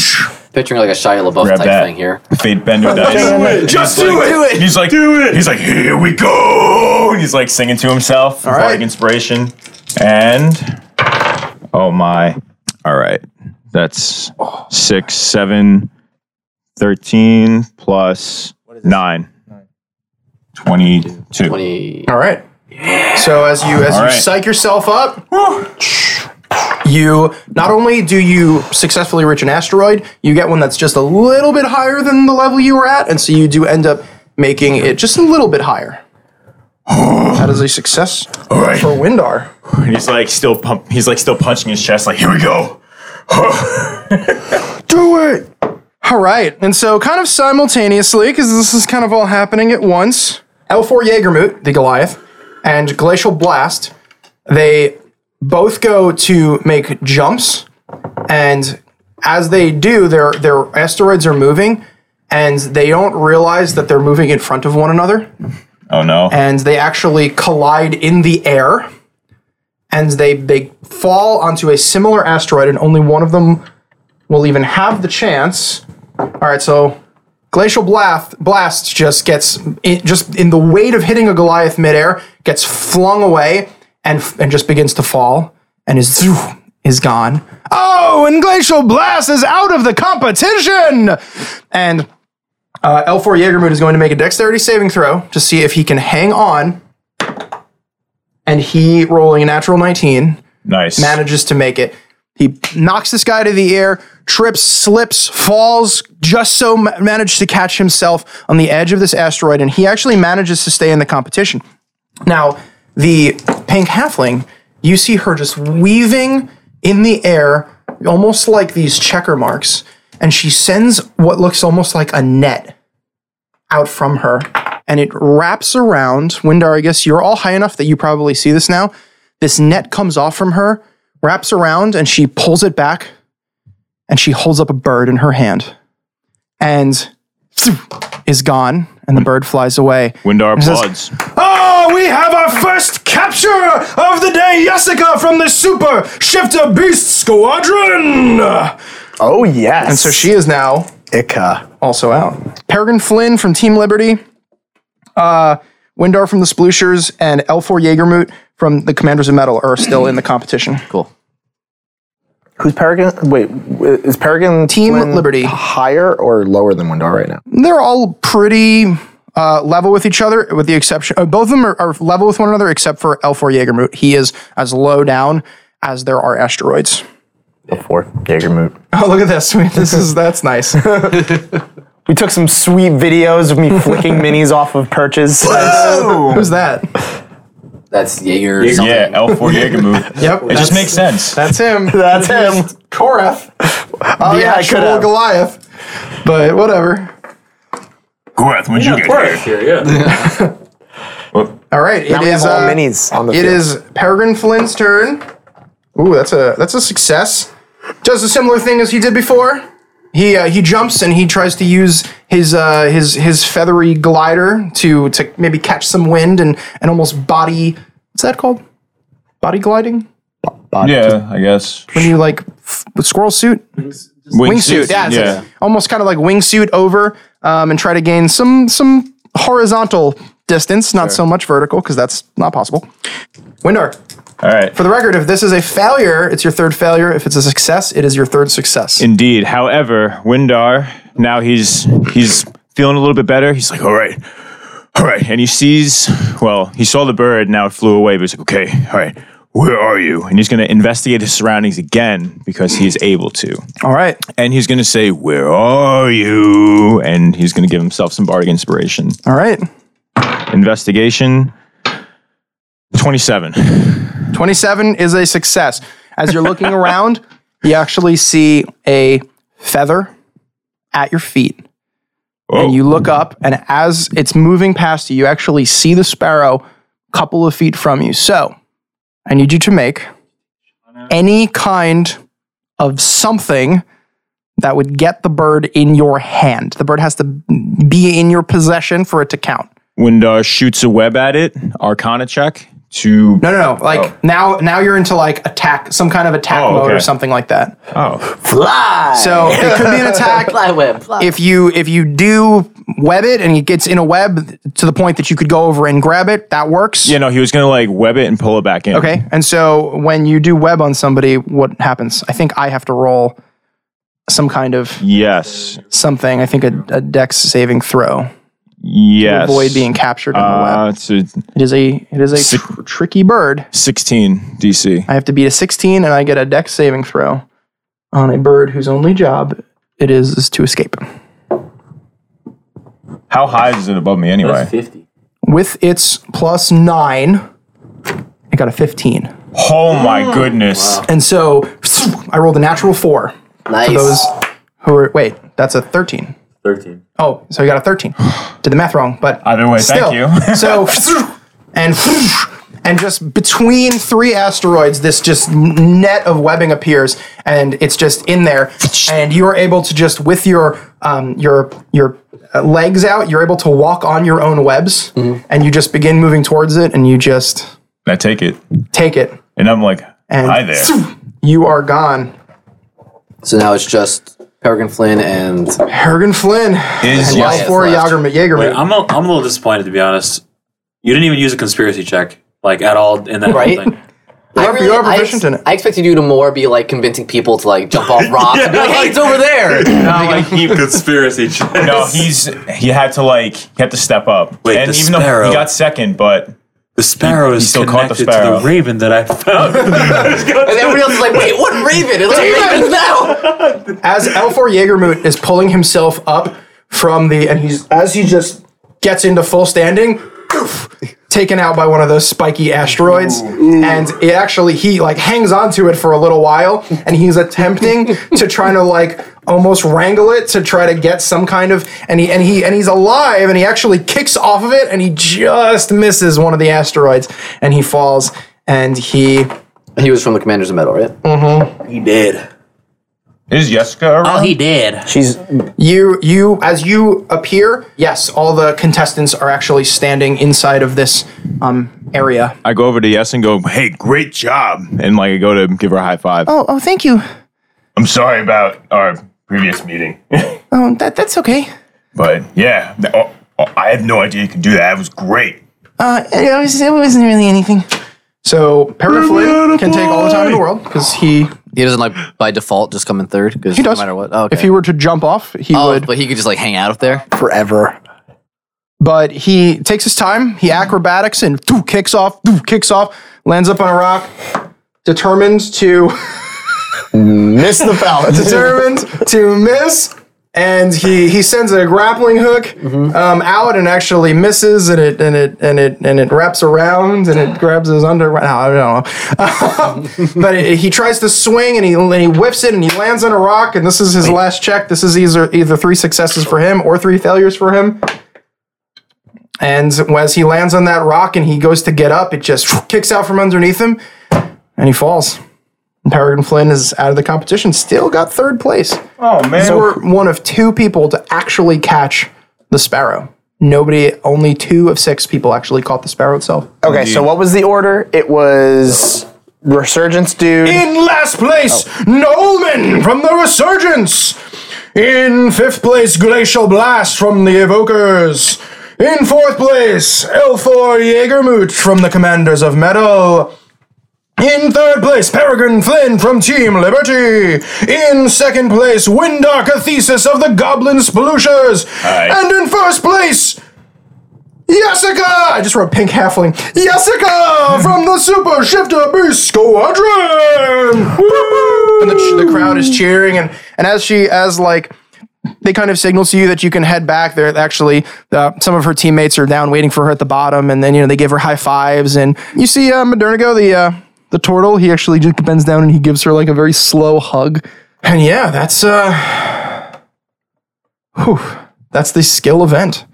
Speaker 5: Picturing like a Shia LaBeouf
Speaker 3: Grab
Speaker 5: type
Speaker 3: that.
Speaker 5: thing here.
Speaker 3: Fate bender dice.
Speaker 1: Just
Speaker 3: He's
Speaker 1: do
Speaker 3: like-
Speaker 1: it. Do it.
Speaker 3: He's like, do it. He's like, here we go. And he's like singing to himself. All
Speaker 1: right.
Speaker 3: inspiration. And oh my. All right. That's six, seven, 13 plus nine. 22.
Speaker 5: 20.
Speaker 1: All right. So as you as
Speaker 3: All
Speaker 1: you
Speaker 3: right.
Speaker 1: psych yourself up, you not only do you successfully reach an asteroid, you get one that's just a little bit higher than the level you were at, and so you do end up making it just a little bit higher. That is a success
Speaker 3: All right.
Speaker 1: for Windar.
Speaker 3: And he's like still pump. He's like still punching his chest. Like here we go.
Speaker 1: Do it. All right, and so kind of simultaneously, because this is kind of all happening at once. L4 Jaegermut, the Goliath, and Glacial Blast, they both go to make jumps, and as they do, their their asteroids are moving, and they don't realize that they're moving in front of one another,
Speaker 3: Oh no.
Speaker 1: and they actually collide in the air, and they they fall onto a similar asteroid, and only one of them will even have the chance. All right, so glacial blast blast just gets it just in the weight of hitting a Goliath midair gets flung away and and just begins to fall and is zoo, is gone. Oh, and glacial blast is out of the competition, and. Uh, L4 Jaegermood is going to make a dexterity saving throw to see if he can hang on. And he, rolling a natural 19,
Speaker 3: nice.
Speaker 1: manages to make it. He knocks this guy to the air, trips, slips, falls, just so ma- managed to catch himself on the edge of this asteroid, and he actually manages to stay in the competition. Now, the pink halfling, you see her just weaving in the air, almost like these checker marks, and she sends what looks almost like a net out from her, and it wraps around. Windar, I guess you're all high enough that you probably see this now this net comes off from her, wraps around, and she pulls it back, and she holds up a bird in her hand, and is gone, and the bird flies away.
Speaker 3: Windar
Speaker 1: says-
Speaker 3: applauds.
Speaker 1: Oh, we have our first capture of the day, Jessica from the Super Shifter Beast Squadron.
Speaker 2: Oh yes.
Speaker 1: And so she is now
Speaker 2: Ica.
Speaker 1: also out. Peregrine Flynn from Team Liberty, uh, Windar from the Splooshers, and L4 Jaegermut from the Commanders of Metal are still in the competition.
Speaker 5: Cool.
Speaker 2: Who's Paragon? Wait, w- is Paragon
Speaker 1: Team
Speaker 2: Flynn
Speaker 1: Liberty.
Speaker 2: higher or lower than Windar right now?
Speaker 1: they're all pretty uh, level with each other, with the exception, uh, both of them are, are level with one another, except for L4 Jaegermut. He is as low down as there are asteroids.
Speaker 2: Before Jaegermoot.
Speaker 1: Oh, look at this. This is, that's nice.
Speaker 2: We took some sweet videos of me flicking minis off of perches.
Speaker 1: Who's that?
Speaker 5: That's Jaeger. something.
Speaker 3: Yeah, L4 Jaeger move.
Speaker 1: Yep.
Speaker 3: It just makes sense.
Speaker 1: That's him.
Speaker 2: That's him.
Speaker 1: Korath. Oh, the
Speaker 2: yeah, I
Speaker 1: actual
Speaker 2: could have.
Speaker 1: Goliath. But whatever.
Speaker 3: Gorath, when'd you get here?
Speaker 4: Here, yeah.
Speaker 1: All right. It
Speaker 2: we have
Speaker 1: is,
Speaker 2: all
Speaker 1: uh,
Speaker 2: minis on the
Speaker 1: It
Speaker 2: field.
Speaker 1: is Peregrine Flynn's turn. Ooh, that's a that's a success. Does a similar thing as he did before. He uh, he jumps and he tries to use his uh, his his feathery glider to to maybe catch some wind and and almost body. What's that called? Body gliding
Speaker 3: Yeah, I guess.
Speaker 1: when you like f- with squirrel suit wingsuit. Yeah, it's
Speaker 3: yeah.
Speaker 1: almost kind of like wingsuit over um, and try to gain some some horizontal distance, not so much vertical because that's not possible. Windar,
Speaker 3: All right.
Speaker 1: for the record, if this is a failure, it's your third failure. If it's a success, it is your third success.
Speaker 3: Indeed. However, Windar now he's he's feeling a little bit better. He's like, all right, all right, and he sees. Well, he saw the bird. Now it flew away. But he's like, okay, all right, Where are you? And he's going to investigate his surroundings again because he is able to.
Speaker 1: All right.
Speaker 3: And he's going to say, Where are you? And he's going to give himself some bardic inspiration.
Speaker 1: All right.
Speaker 3: Investigation 27.
Speaker 1: 27 is a success. As you're looking around, you actually see a feather at your feet.
Speaker 3: Oh,
Speaker 1: And you look up, and as it's moving past you, you actually see the sparrow a couple of feet from you. So I need you to make any kind of something that would get the bird in your hand. The bird has to be in your possession for it to count.
Speaker 3: Windar shoots a web at it, Arcana check to.
Speaker 1: No, no, Oh. no. Like now, now you're into like attack, some kind of attack
Speaker 3: Oh,
Speaker 1: mode or
Speaker 3: okay.
Speaker 1: something like that.
Speaker 3: Oh,
Speaker 5: Fly.
Speaker 1: So it could be an attack.
Speaker 5: fly web. Fly.
Speaker 1: If you if you do web it and it gets in a web to the point that you could go over and grab it, that works.
Speaker 3: yeah, no, he was going to like web it and pull it back in.
Speaker 1: Okay. And so when you do web on somebody, what happens? I think I have to roll some kind of
Speaker 3: Yes.
Speaker 1: something. I think a, a dex saving throw.
Speaker 3: Yes.
Speaker 1: Avoid being captured in the web.
Speaker 3: Uh, it's a
Speaker 1: It is a it is a
Speaker 3: six-
Speaker 1: tr- tricky bird.
Speaker 3: 16 DC.
Speaker 1: I have to beat a 16 and I get a dex saving throw on a bird whose only job it is, is to escape.
Speaker 3: How high is it above me anyway?
Speaker 4: That's 50.
Speaker 1: With its plus 9, I got a 15.
Speaker 3: Oh my goodness.
Speaker 1: And so I rolled a natural four.
Speaker 5: nice.
Speaker 1: Those who are wait, that's a thirteen.
Speaker 4: 13.
Speaker 1: Oh, so you got a thirteen. Did the math wrong, but
Speaker 3: Either way, thank you.
Speaker 1: so and and just between three asteroids, this just net of webbing appears, and it's just in there, and you are able to just with your um, your your uh, legs out, you're able to walk on your own webs,
Speaker 3: Mm-hmm.
Speaker 1: and you just begin moving towards it, and you just
Speaker 3: I take it.
Speaker 1: take it,
Speaker 3: And I'm like,
Speaker 1: and
Speaker 3: hi there.
Speaker 1: you are gone.
Speaker 5: So now it's just Peregrine Flynn and
Speaker 1: Hergen Flynn
Speaker 3: Is
Speaker 1: and
Speaker 3: yes.
Speaker 1: yes, for
Speaker 5: left.
Speaker 1: Jagerman.
Speaker 4: Wait, I'm a, I'm a little disappointed to be honest. You didn't even use a conspiracy check like at all in that
Speaker 5: Right?
Speaker 4: whole thing.
Speaker 5: I
Speaker 1: you are proficient
Speaker 5: I,
Speaker 1: in it.
Speaker 5: I expected you to more be like convincing people to like jump off rocks and be like, hey, it's over there.
Speaker 4: conspiracy check.
Speaker 3: no, he's he had to like he had to step up.
Speaker 4: Wait,
Speaker 3: and
Speaker 4: the
Speaker 3: even though
Speaker 4: sparrow.
Speaker 3: he got second, but
Speaker 4: The sparrow
Speaker 3: He- he
Speaker 4: is
Speaker 3: still caught the
Speaker 4: connected
Speaker 3: sparrow.
Speaker 4: to the raven that I found.
Speaker 5: And everybody else is like, wait, what raven? It's like ravens now.
Speaker 1: as L4 Jaegermut is pulling himself up from the, and he's as he just gets into full standing, poof, taken out by one of those spiky asteroids, and it actually he like hangs onto it for a little while, and he's attempting to try to like almost wrangle it to try to get some kind of, and he and he and he's alive, and he actually kicks off of it, and he just misses one of the asteroids, and he falls, and he
Speaker 5: He was from the Commanders of Metal, right?
Speaker 4: he did.
Speaker 3: is Jessica around?
Speaker 4: Oh, he did.
Speaker 2: She's
Speaker 1: You you as you appear, yes, all the contestants are actually standing inside of this um area.
Speaker 3: I go over to Yes and go, hey, great job. And like I go to give her a high five.
Speaker 1: Oh, oh thank you.
Speaker 3: I'm sorry about our previous meeting.
Speaker 1: Oh, that that's okay.
Speaker 3: but yeah, th- oh, oh, I had no idea you could do that. It was great.
Speaker 1: Uh it, was, it wasn't really anything. So Periflin can take all the time in the world because he
Speaker 5: He doesn't like by default just come in third because no
Speaker 1: does.
Speaker 5: matter what. Oh, okay.
Speaker 1: if he were to jump off, he
Speaker 5: oh,
Speaker 1: would
Speaker 5: but he could just like hang out up there.
Speaker 2: forever.
Speaker 1: but he takes his time. He acrobatics and doo, kicks off, doo, kicks off, lands up on a rock, determined to
Speaker 2: Miss the ballot.
Speaker 1: determined to miss. And he, he sends a grappling hook um, out and actually misses and it and it and it and it wraps around and it grabs his under. no, I don't know, but it, he tries to swing and he and he whiffs it and he lands on a rock and this is his last check. This is either either three successes for him or three failures for him. And as he lands on that rock and he goes to get up, it just kicks out from underneath him and he falls. Peregrine Flynn is out of the competition, still got third place.
Speaker 3: Oh man.
Speaker 1: So we're one of two people to actually catch the sparrow. Nobody, only two of six people actually caught the sparrow itself.
Speaker 2: okay, so what was the order? It was Resurgence dude.
Speaker 1: In last place, Nolman from the Resurgence. In fifth place, Glacial Blast from the Evokers. In fourth place, L4 Jaegermut from the Commanders of Metal. In third place, Peregrine Flynn from Team Liberty. In second place, Windar Cathesis of the Goblin Splushers.
Speaker 3: Aye.
Speaker 1: And in first place, Jessica! I just wrote pink halfling. Jessica from the Super Shifter Beast Squadron! Woo! And the, ch- the crowd is cheering, and, and as she, as like, they kind of signal to you that you can head back. There, actually, uh, some of her teammates are down waiting for her at the bottom, and then you know they give her high fives, and you see uh, Modernigo, the uh, the turtle. He actually just bends down and he gives her like a very slow hug. And yeah, that's uh, whew, that's the skill event.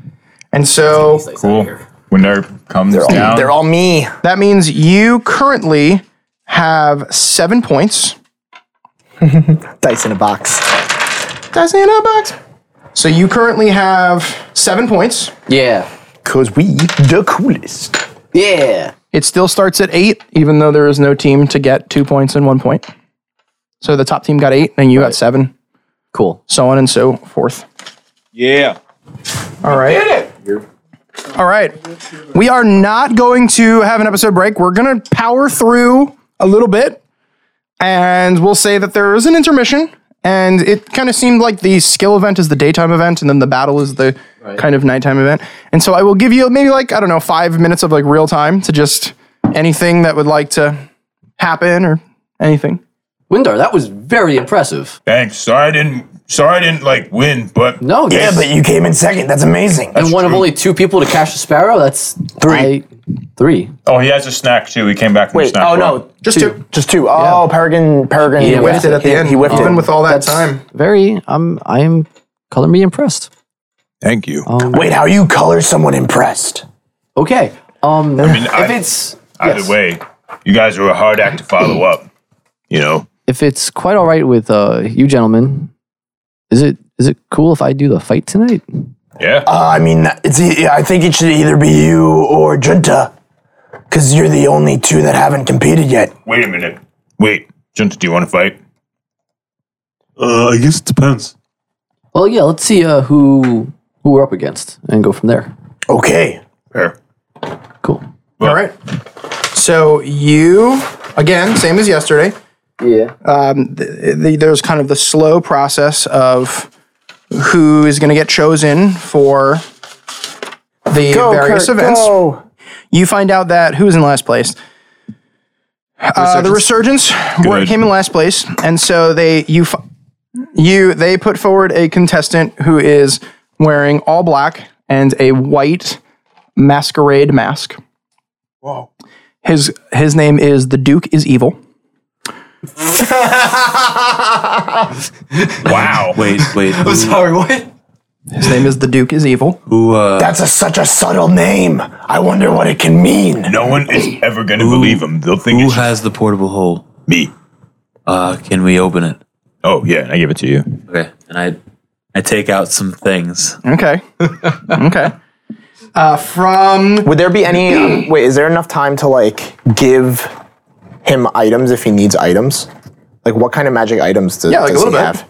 Speaker 1: And so
Speaker 3: Cool. When Nerf comes down,
Speaker 2: They're all me.
Speaker 1: that means you currently have seven points.
Speaker 2: Dice in a box.
Speaker 1: That's in a box. So you currently have seven points.
Speaker 5: Yeah.
Speaker 2: Cause we the coolest.
Speaker 5: Yeah.
Speaker 1: It still starts at eight, even though there is no team to get two points and one point. So the top team got eight, and you got seven,
Speaker 5: Cool.
Speaker 1: so on and so forth.
Speaker 3: yeah.
Speaker 1: All right. All right. We are not going to have an episode break. We're going to power through a little bit, and we'll say that there is an intermission. And it kind of seemed like the skill event is the daytime event, and then the battle is the kind of nighttime event. And so I will give you maybe like, I don't know, five minutes of like real time to just anything that would like to happen or anything.
Speaker 5: Windar, that was very impressive.
Speaker 3: Thanks. Sorry I didn't. Sorry I didn't like win, but
Speaker 5: No, yeah,
Speaker 2: you came in second. That's amazing.
Speaker 5: and one of only two people to catch a sparrow. That's three. three.
Speaker 3: oh, he has a snack too. He came back from the
Speaker 2: Wait,
Speaker 3: snack. bar.
Speaker 2: oh, no.
Speaker 1: Just to
Speaker 2: Just two. Oh, Peregrine, Peregrine
Speaker 5: He whiffed
Speaker 1: it at the
Speaker 2: He-
Speaker 1: end,
Speaker 2: He whiffed
Speaker 1: even
Speaker 2: it.
Speaker 1: with all that
Speaker 5: That's
Speaker 1: time.
Speaker 5: Very. I'm. I'm. Color me impressed.
Speaker 6: Thank you.
Speaker 2: Wait, how you color someone impressed?
Speaker 5: Okay. Um.
Speaker 3: mean,
Speaker 5: if
Speaker 3: I-
Speaker 5: it's
Speaker 3: Either
Speaker 5: yes.
Speaker 3: way, you guys were a hard act to follow up. You know.
Speaker 5: if it's quite all right with uh, you gentlemen, is it is it cool if I do the fight tonight?
Speaker 3: Yeah.
Speaker 2: Uh, I mean, it's. e- I think it should either be you or Junta, because you're the only two that haven't competed yet.
Speaker 3: Wait a minute. Wait, Junta, do you want to fight?
Speaker 6: Uh, I guess it depends.
Speaker 5: Well, yeah. Let's see uh, who who we're up against and go from there.
Speaker 2: Okay.
Speaker 3: Fair.
Speaker 5: Cool.
Speaker 1: All right. So you again, same as yesterday. Um,
Speaker 5: Yeah.
Speaker 1: the, there's kind of the slow process of who is going to get chosen for the various events.
Speaker 2: go.
Speaker 1: You find out that who's in last place. Uh, the resurgence were,
Speaker 3: Good.
Speaker 1: came in last place, and so they you f- you they put forward a contestant who is wearing all black and a white masquerade mask. Whoa. His his name is the Duke is evil.
Speaker 3: Wow.
Speaker 6: Wait, wait. who,
Speaker 4: Sorry, what?
Speaker 1: His name is the Duke is evil.
Speaker 6: who, uh,
Speaker 2: That's a, such a subtle name. I wonder what it can mean.
Speaker 3: No one is ever going to believe him. They'll think
Speaker 6: who
Speaker 3: it's
Speaker 6: has the portable hole?
Speaker 3: me.
Speaker 6: Uh, can we open it?
Speaker 3: Oh, yeah, I give it to you.
Speaker 6: Okay. And I, I take out some things.
Speaker 1: Okay. okay. Uh, from
Speaker 2: Would there be any? um, wait, is there enough time to like give him items if he needs items? Like, what kind of magic items do,
Speaker 1: Yeah, like a
Speaker 2: does
Speaker 1: little
Speaker 2: he
Speaker 1: bit.
Speaker 2: have?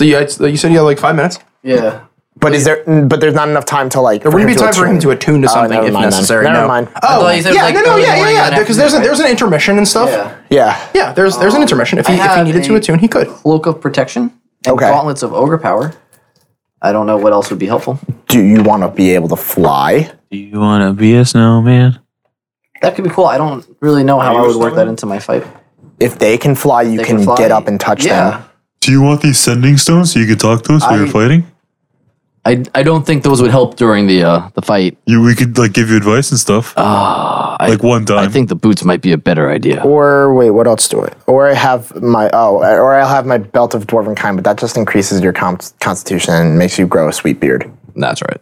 Speaker 1: you said you had like five minutes.
Speaker 5: Yeah.
Speaker 2: But is there? mm, But there's not enough time to like. There
Speaker 1: Wouldn't it be time for him to attune to something
Speaker 2: Uh, never
Speaker 1: if
Speaker 2: mind then.
Speaker 1: necessary.
Speaker 2: Never
Speaker 1: no.
Speaker 2: mind.
Speaker 1: Oh,
Speaker 5: thought you said it was,
Speaker 1: yeah,
Speaker 5: like,
Speaker 1: no,
Speaker 5: early
Speaker 1: no, yeah, yeah,
Speaker 5: morning and
Speaker 1: yeah. Because there's an, there's an intermission and stuff.
Speaker 5: Yeah. Oh,
Speaker 2: Yeah.
Speaker 1: Yeah, there's there's an intermission. If he, if he
Speaker 5: have
Speaker 1: needed to
Speaker 5: a-
Speaker 1: attune, he could.
Speaker 5: Cloak of protection. And
Speaker 2: Okay.
Speaker 5: Gauntlets of ogre power. I don't know what else would be helpful.
Speaker 2: Do you want to be able to fly?
Speaker 6: Do you want to be a snowman?
Speaker 5: That could be cool. I don't really know how I would work that into my fight.
Speaker 2: If they can fly, you
Speaker 5: They
Speaker 2: can,
Speaker 5: fly.
Speaker 2: get up and touch
Speaker 5: yeah.
Speaker 2: them.
Speaker 6: Do you want these sending stones so you can talk to us while
Speaker 5: I-
Speaker 6: you're fighting?
Speaker 5: I, I don't think those would help during the uh, the fight.
Speaker 6: You, we could like give you advice and stuff. like one time.
Speaker 5: Uh, I think the boots might be a better idea.
Speaker 2: Or wait, what else do I? Or I have my oh, or I'll have my belt of dwarven kind, but that just increases your com- constitution and makes you grow a sweet beard.
Speaker 5: That's right.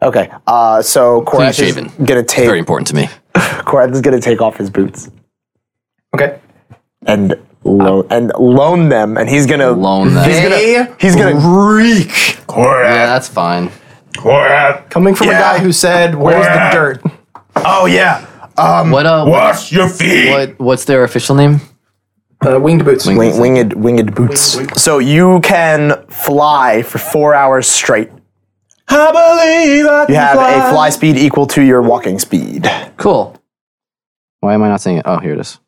Speaker 2: Okay, uh, so Korath is
Speaker 5: shaven.
Speaker 2: gonna
Speaker 5: Very
Speaker 2: take
Speaker 5: important to me.
Speaker 2: Korath is gonna take off his boots
Speaker 1: Okay.
Speaker 2: and loan and loan them, and he's gonna
Speaker 5: Uh, Loan that.
Speaker 2: He's
Speaker 5: Yeah,
Speaker 2: gonna he's gonna
Speaker 1: reek.
Speaker 3: Korath,
Speaker 5: that's fine.
Speaker 3: Korath,
Speaker 1: Coming from a guy who said, "Where's
Speaker 3: Yeah.
Speaker 1: the dirt?"
Speaker 2: oh yeah
Speaker 5: what uh what,
Speaker 3: wash your feet.
Speaker 5: what what's their official name?
Speaker 1: Uh, winged boots.
Speaker 2: Wing, winged winged boots. So you can fly for four hours straight.
Speaker 3: I believe I
Speaker 2: You have a fly speed equal to your walking speed.
Speaker 5: Cool. Why am I not saying it? Oh, here it is.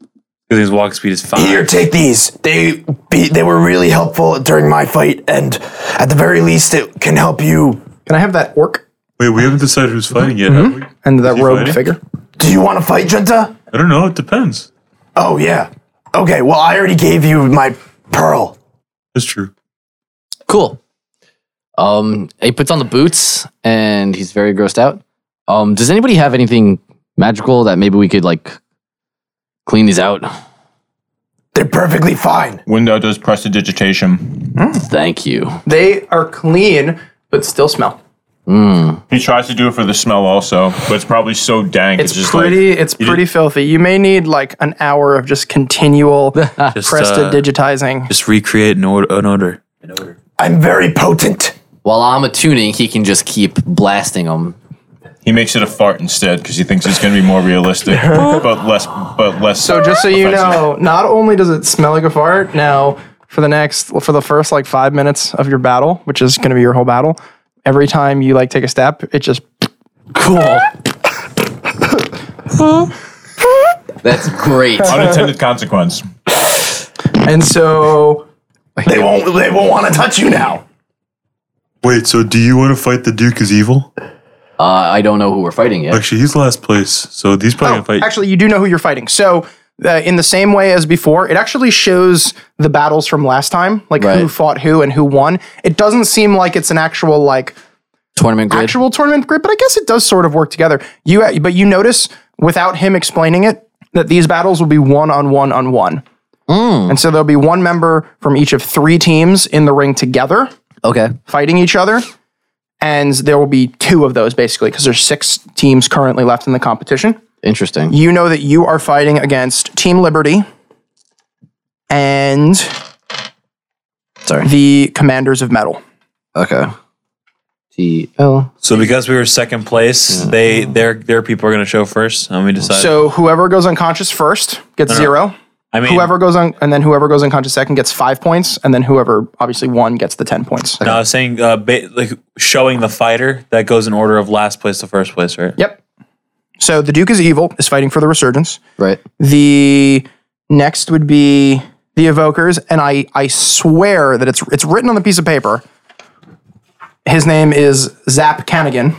Speaker 6: Because his walk speed is five.
Speaker 2: Here, take these. They be, they were really helpful during my fight, and at the very least, it can help you.
Speaker 1: Can I have that orc
Speaker 5: Mm-hmm.
Speaker 6: Wait, we haven't decided who's fighting yet, have we?
Speaker 1: and that
Speaker 6: he
Speaker 1: robed
Speaker 6: fighting?
Speaker 1: figure?
Speaker 5: Mm-hmm.
Speaker 2: Do you want to fight, Junta?
Speaker 6: I don't know. It depends.
Speaker 7: Oh yeah. Okay. Well, I already gave you my pearl.
Speaker 6: It's true.
Speaker 5: Cool. Um, he puts on the boots and he's very grossed out. Um, does anybody have anything magical that maybe we could like clean these out?
Speaker 7: They're perfectly fine.
Speaker 3: Window does prestidigitation.
Speaker 5: Thank you.
Speaker 1: They are clean, but still smell.
Speaker 3: He tries to do it for the smell also, but it's probably so dank. It's,
Speaker 1: It's
Speaker 3: just
Speaker 1: pretty.
Speaker 3: like
Speaker 1: it's pretty filthy. You may need like an hour of just continual
Speaker 8: Just, uh,
Speaker 1: prestidigitizing.
Speaker 8: just recreate an order. An order.
Speaker 7: I'm very potent.
Speaker 5: While I'm attuning, he can just keep blasting them.
Speaker 3: he makes it a fart instead because he thinks it's going to be more realistic, but less, but less.
Speaker 1: So just so you
Speaker 3: offensive.
Speaker 1: know, not only does it smell like a fart, now for the next for the first like five minutes of your battle, which is gonna be your whole battle, every time you like take a step, it just
Speaker 5: Cool. That's great.
Speaker 3: unintended consequence.
Speaker 1: and so
Speaker 7: They won't. They won't want to touch you now.
Speaker 6: Wait, so do you want to fight the Duke is evil?
Speaker 5: Uh, I don't know who we're fighting yet.
Speaker 6: Actually, he's last place, so he's
Speaker 5: Oh,
Speaker 6: probably gonna fight.
Speaker 1: actually you do know who you're fighting. So uh, in the same way as before, it actually shows the battles from last time, like who
Speaker 5: Right.
Speaker 1: fought who and who won. It doesn't seem like it's an actual like
Speaker 5: Tournament grid.
Speaker 1: actual tournament grid, but I guess it does sort of work together. You, but you notice without him explaining it that these battles will be one on one on one,
Speaker 5: Hmm.
Speaker 1: and so there'll be one member from each of three teams in the ring together
Speaker 5: okay.
Speaker 1: fighting each other, and there will be two of those basically because there's six teams currently left in the competition.
Speaker 5: Interesting.
Speaker 1: You know that you are fighting against Team Liberty and
Speaker 5: Sorry.
Speaker 1: the Commanders of Metal.
Speaker 5: Okay. T L.
Speaker 8: So because we were second place, they their their people are gonna show first, and we decide.
Speaker 1: So whoever goes unconscious first gets
Speaker 5: Uh-huh.
Speaker 1: zero.
Speaker 8: I mean,
Speaker 1: whoever goes on and then whoever goes unconscious second gets five points and then whoever obviously won gets the 10 points
Speaker 8: No, I was saying uh, ba- like showing the fighter that goes in order of last place to first place, right?
Speaker 1: yep so the duke is evil is fighting for the resurgence
Speaker 5: Right.
Speaker 1: the next would be the evokers and i i swear that it's it's written on the piece of paper his name is zap canigan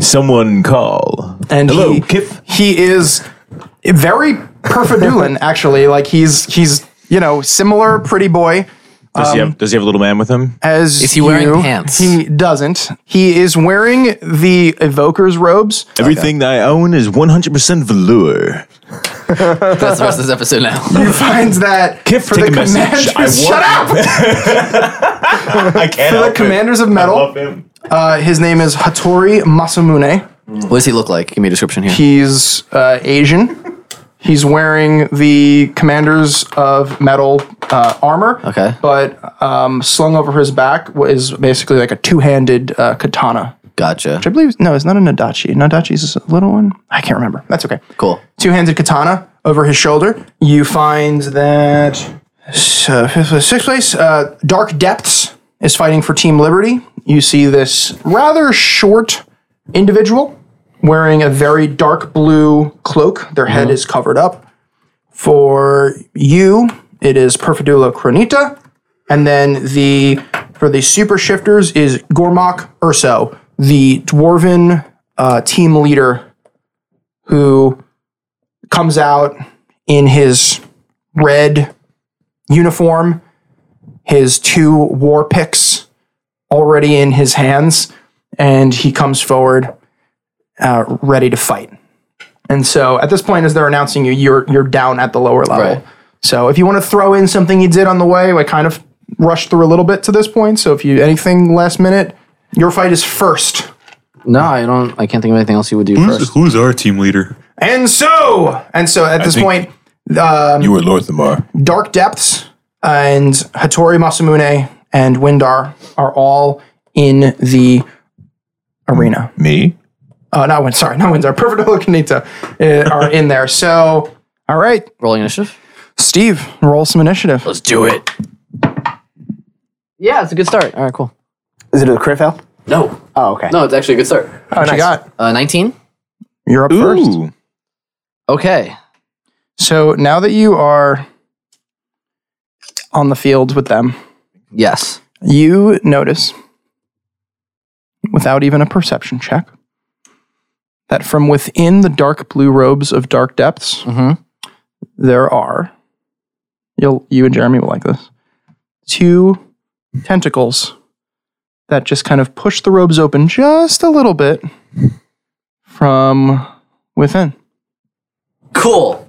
Speaker 9: Someone call.
Speaker 1: and
Speaker 9: Hello,
Speaker 1: he,
Speaker 9: Kip.
Speaker 1: he is very perfidulin actually like he's he's you know similar pretty boy
Speaker 9: Does, he have, does he have a little man with him?
Speaker 1: as
Speaker 5: Is he wearing
Speaker 1: you.
Speaker 5: pants?
Speaker 1: He doesn't. He is wearing the evoker's robes.
Speaker 9: Everything that I own is 100% velour.
Speaker 5: That's the rest of this episode now.
Speaker 1: He finds that
Speaker 9: Kip,
Speaker 1: for
Speaker 9: take
Speaker 1: the
Speaker 9: a
Speaker 1: commanders.
Speaker 9: message. I
Speaker 1: Shut up!
Speaker 3: I can't.
Speaker 1: For the
Speaker 3: help it.
Speaker 1: commanders of
Speaker 3: I
Speaker 1: metal.
Speaker 3: love him.
Speaker 1: Uh, his name is Hattori Masamune.
Speaker 5: What does he look like? Give me a description here.
Speaker 1: He's uh, Asian. He's wearing the commanders of metal uh, armor.
Speaker 5: Okay.
Speaker 1: But um, slung over his back wa- is basically like a two-handed uh, katana.
Speaker 5: Gotcha.
Speaker 1: I believe no, it's not a Nadachi. Nadachi's a little one. I can't remember. That's okay.
Speaker 5: Cool.
Speaker 1: two-handed katana over his shoulder. You find that so, fifth place, sixth place, uh, Dark Depths is fighting for Team Liberty. You see this rather short individual wearing a very dark blue cloak. Their head is covered up. For you, it is Perfidula Cronita, and then the for the super shifters is Gormok Urso, the dwarven uh, team leader who comes out in his red uniform, his two war picks already in his hands, and he comes forward uh, ready to fight. And so at this point, as they're announcing you, you're you're down at the lower level.
Speaker 5: Right.
Speaker 1: So if you want to throw in something you did on the way, I kind of rushed through a little bit to this point. So if you anything last minute, your fight is first.
Speaker 5: No, I don't. I can't think of anything else you would do
Speaker 6: Who's,
Speaker 5: first.
Speaker 6: who's our team leader?
Speaker 1: And so and so at this
Speaker 9: think-
Speaker 1: point,
Speaker 9: you were Lorthamar.
Speaker 1: Dark Depths and Hattori Masamune and Windar are all in the arena.
Speaker 9: Me?
Speaker 1: Uh, not Wind, sorry, not Windar. Perfect Kanita uh, are in there. So, all right,
Speaker 5: Rolling initiative.
Speaker 1: Steve, roll some initiative.
Speaker 5: Let's do it. Yeah, it's a good start. All right, cool.
Speaker 2: Is it a crit fail?
Speaker 5: No,
Speaker 2: Oh, okay.
Speaker 5: no, it's actually a good start.
Speaker 1: what you got?
Speaker 5: Uh, 19.
Speaker 1: You're up first.
Speaker 9: Ooh.
Speaker 5: Okay.
Speaker 1: So now that you are on the field with them,
Speaker 5: Yes.
Speaker 1: you notice, without even a perception check, that from within the dark blue robes of dark depths, there are, you'll, you and Jeremy will like this, two tentacles that just kind of push the robes open just a little bit from within.
Speaker 5: Cool.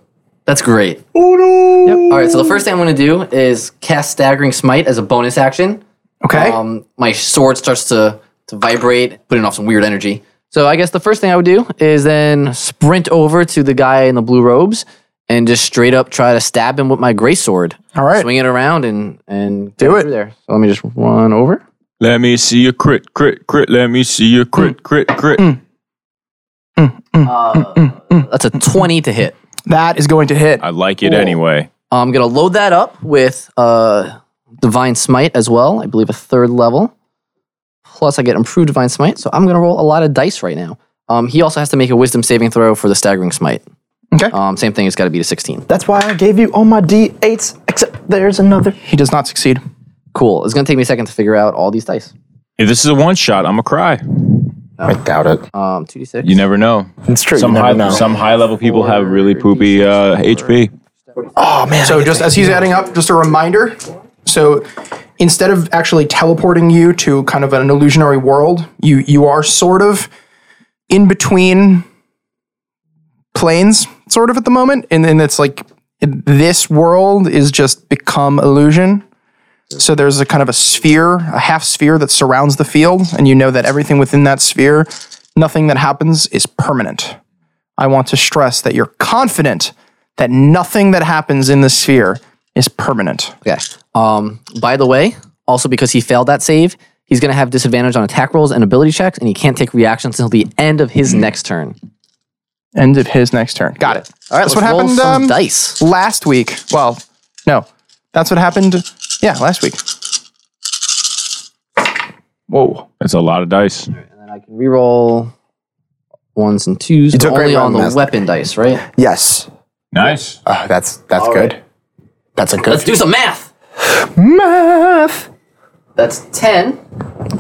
Speaker 5: That's great. Yep. All right. So the first thing I'm going to do is cast Staggering Smite as a bonus action.
Speaker 1: Okay.
Speaker 5: Um, my sword starts to to vibrate, putting off some weird energy. So I guess the first thing I would do is then sprint over to the guy in the blue robes and just straight up try to stab him with my gray sword.
Speaker 1: All right.
Speaker 5: Swing it around and and do it through there. So let me just run over.
Speaker 9: Let me see your crit, crit, crit. Let me see your crit, crit, crit.
Speaker 5: That's a 20 to hit. Uh,
Speaker 1: That is going to hit.
Speaker 9: I like it anyway.
Speaker 5: I'm gonna load that up with uh, Divine Smite as well. I believe a third level. Plus, I get improved Divine Smite, so I'm gonna roll a lot of dice right now. Um, he also has to make a Wisdom saving throw for the Staggering Smite.
Speaker 1: Okay.
Speaker 5: Um, same thing. It's got to be a 16.
Speaker 2: That's why I gave you all my D8s, except there's another.
Speaker 1: He does not succeed.
Speaker 5: Cool. It's gonna take me a second to figure out all these dice.
Speaker 9: If this is a one shot, I'm gonna cry.
Speaker 2: I doubt it.
Speaker 5: Um, 2d6.
Speaker 9: You never know.
Speaker 2: Uh, It's true.
Speaker 9: Some
Speaker 2: you never
Speaker 9: high,
Speaker 2: know.
Speaker 9: some high level people have really poopy uh, HP.
Speaker 2: oh man.
Speaker 1: So just as he's adding up, just a reminder. So instead of actually teleporting you to kind of an illusionary world, you you are sort of in between planes, sort of at the moment, and then it's like this world is just become illusion. So there's a kind of a sphere, a half sphere that surrounds the field, and you know that everything within that sphere, nothing that happens is permanent. I want to stress that you're confident that nothing that happens in the sphere is permanent.
Speaker 5: Okay. Um, by the way, also because he failed that save, he's gonna have disadvantage on attack rolls and ability checks, and he can't take reactions until the end of his next turn.
Speaker 1: End of his next turn. Got it.
Speaker 5: All right.
Speaker 1: That's
Speaker 5: let's
Speaker 1: what
Speaker 5: roll
Speaker 1: happened,
Speaker 5: some
Speaker 1: um,
Speaker 5: dice.
Speaker 1: Last week, well, no, that's what happened. Yeah, last week. Whoa.
Speaker 9: That's a lot of dice.
Speaker 5: I can reroll ones and twos, but
Speaker 2: took great
Speaker 5: only on the
Speaker 2: round, Master.
Speaker 5: weapon dice, right?
Speaker 2: Yes.
Speaker 3: Nice.
Speaker 2: Oh, that's that's good. That's a
Speaker 5: Let's
Speaker 2: good
Speaker 5: do some math.
Speaker 2: math.
Speaker 5: That's 10,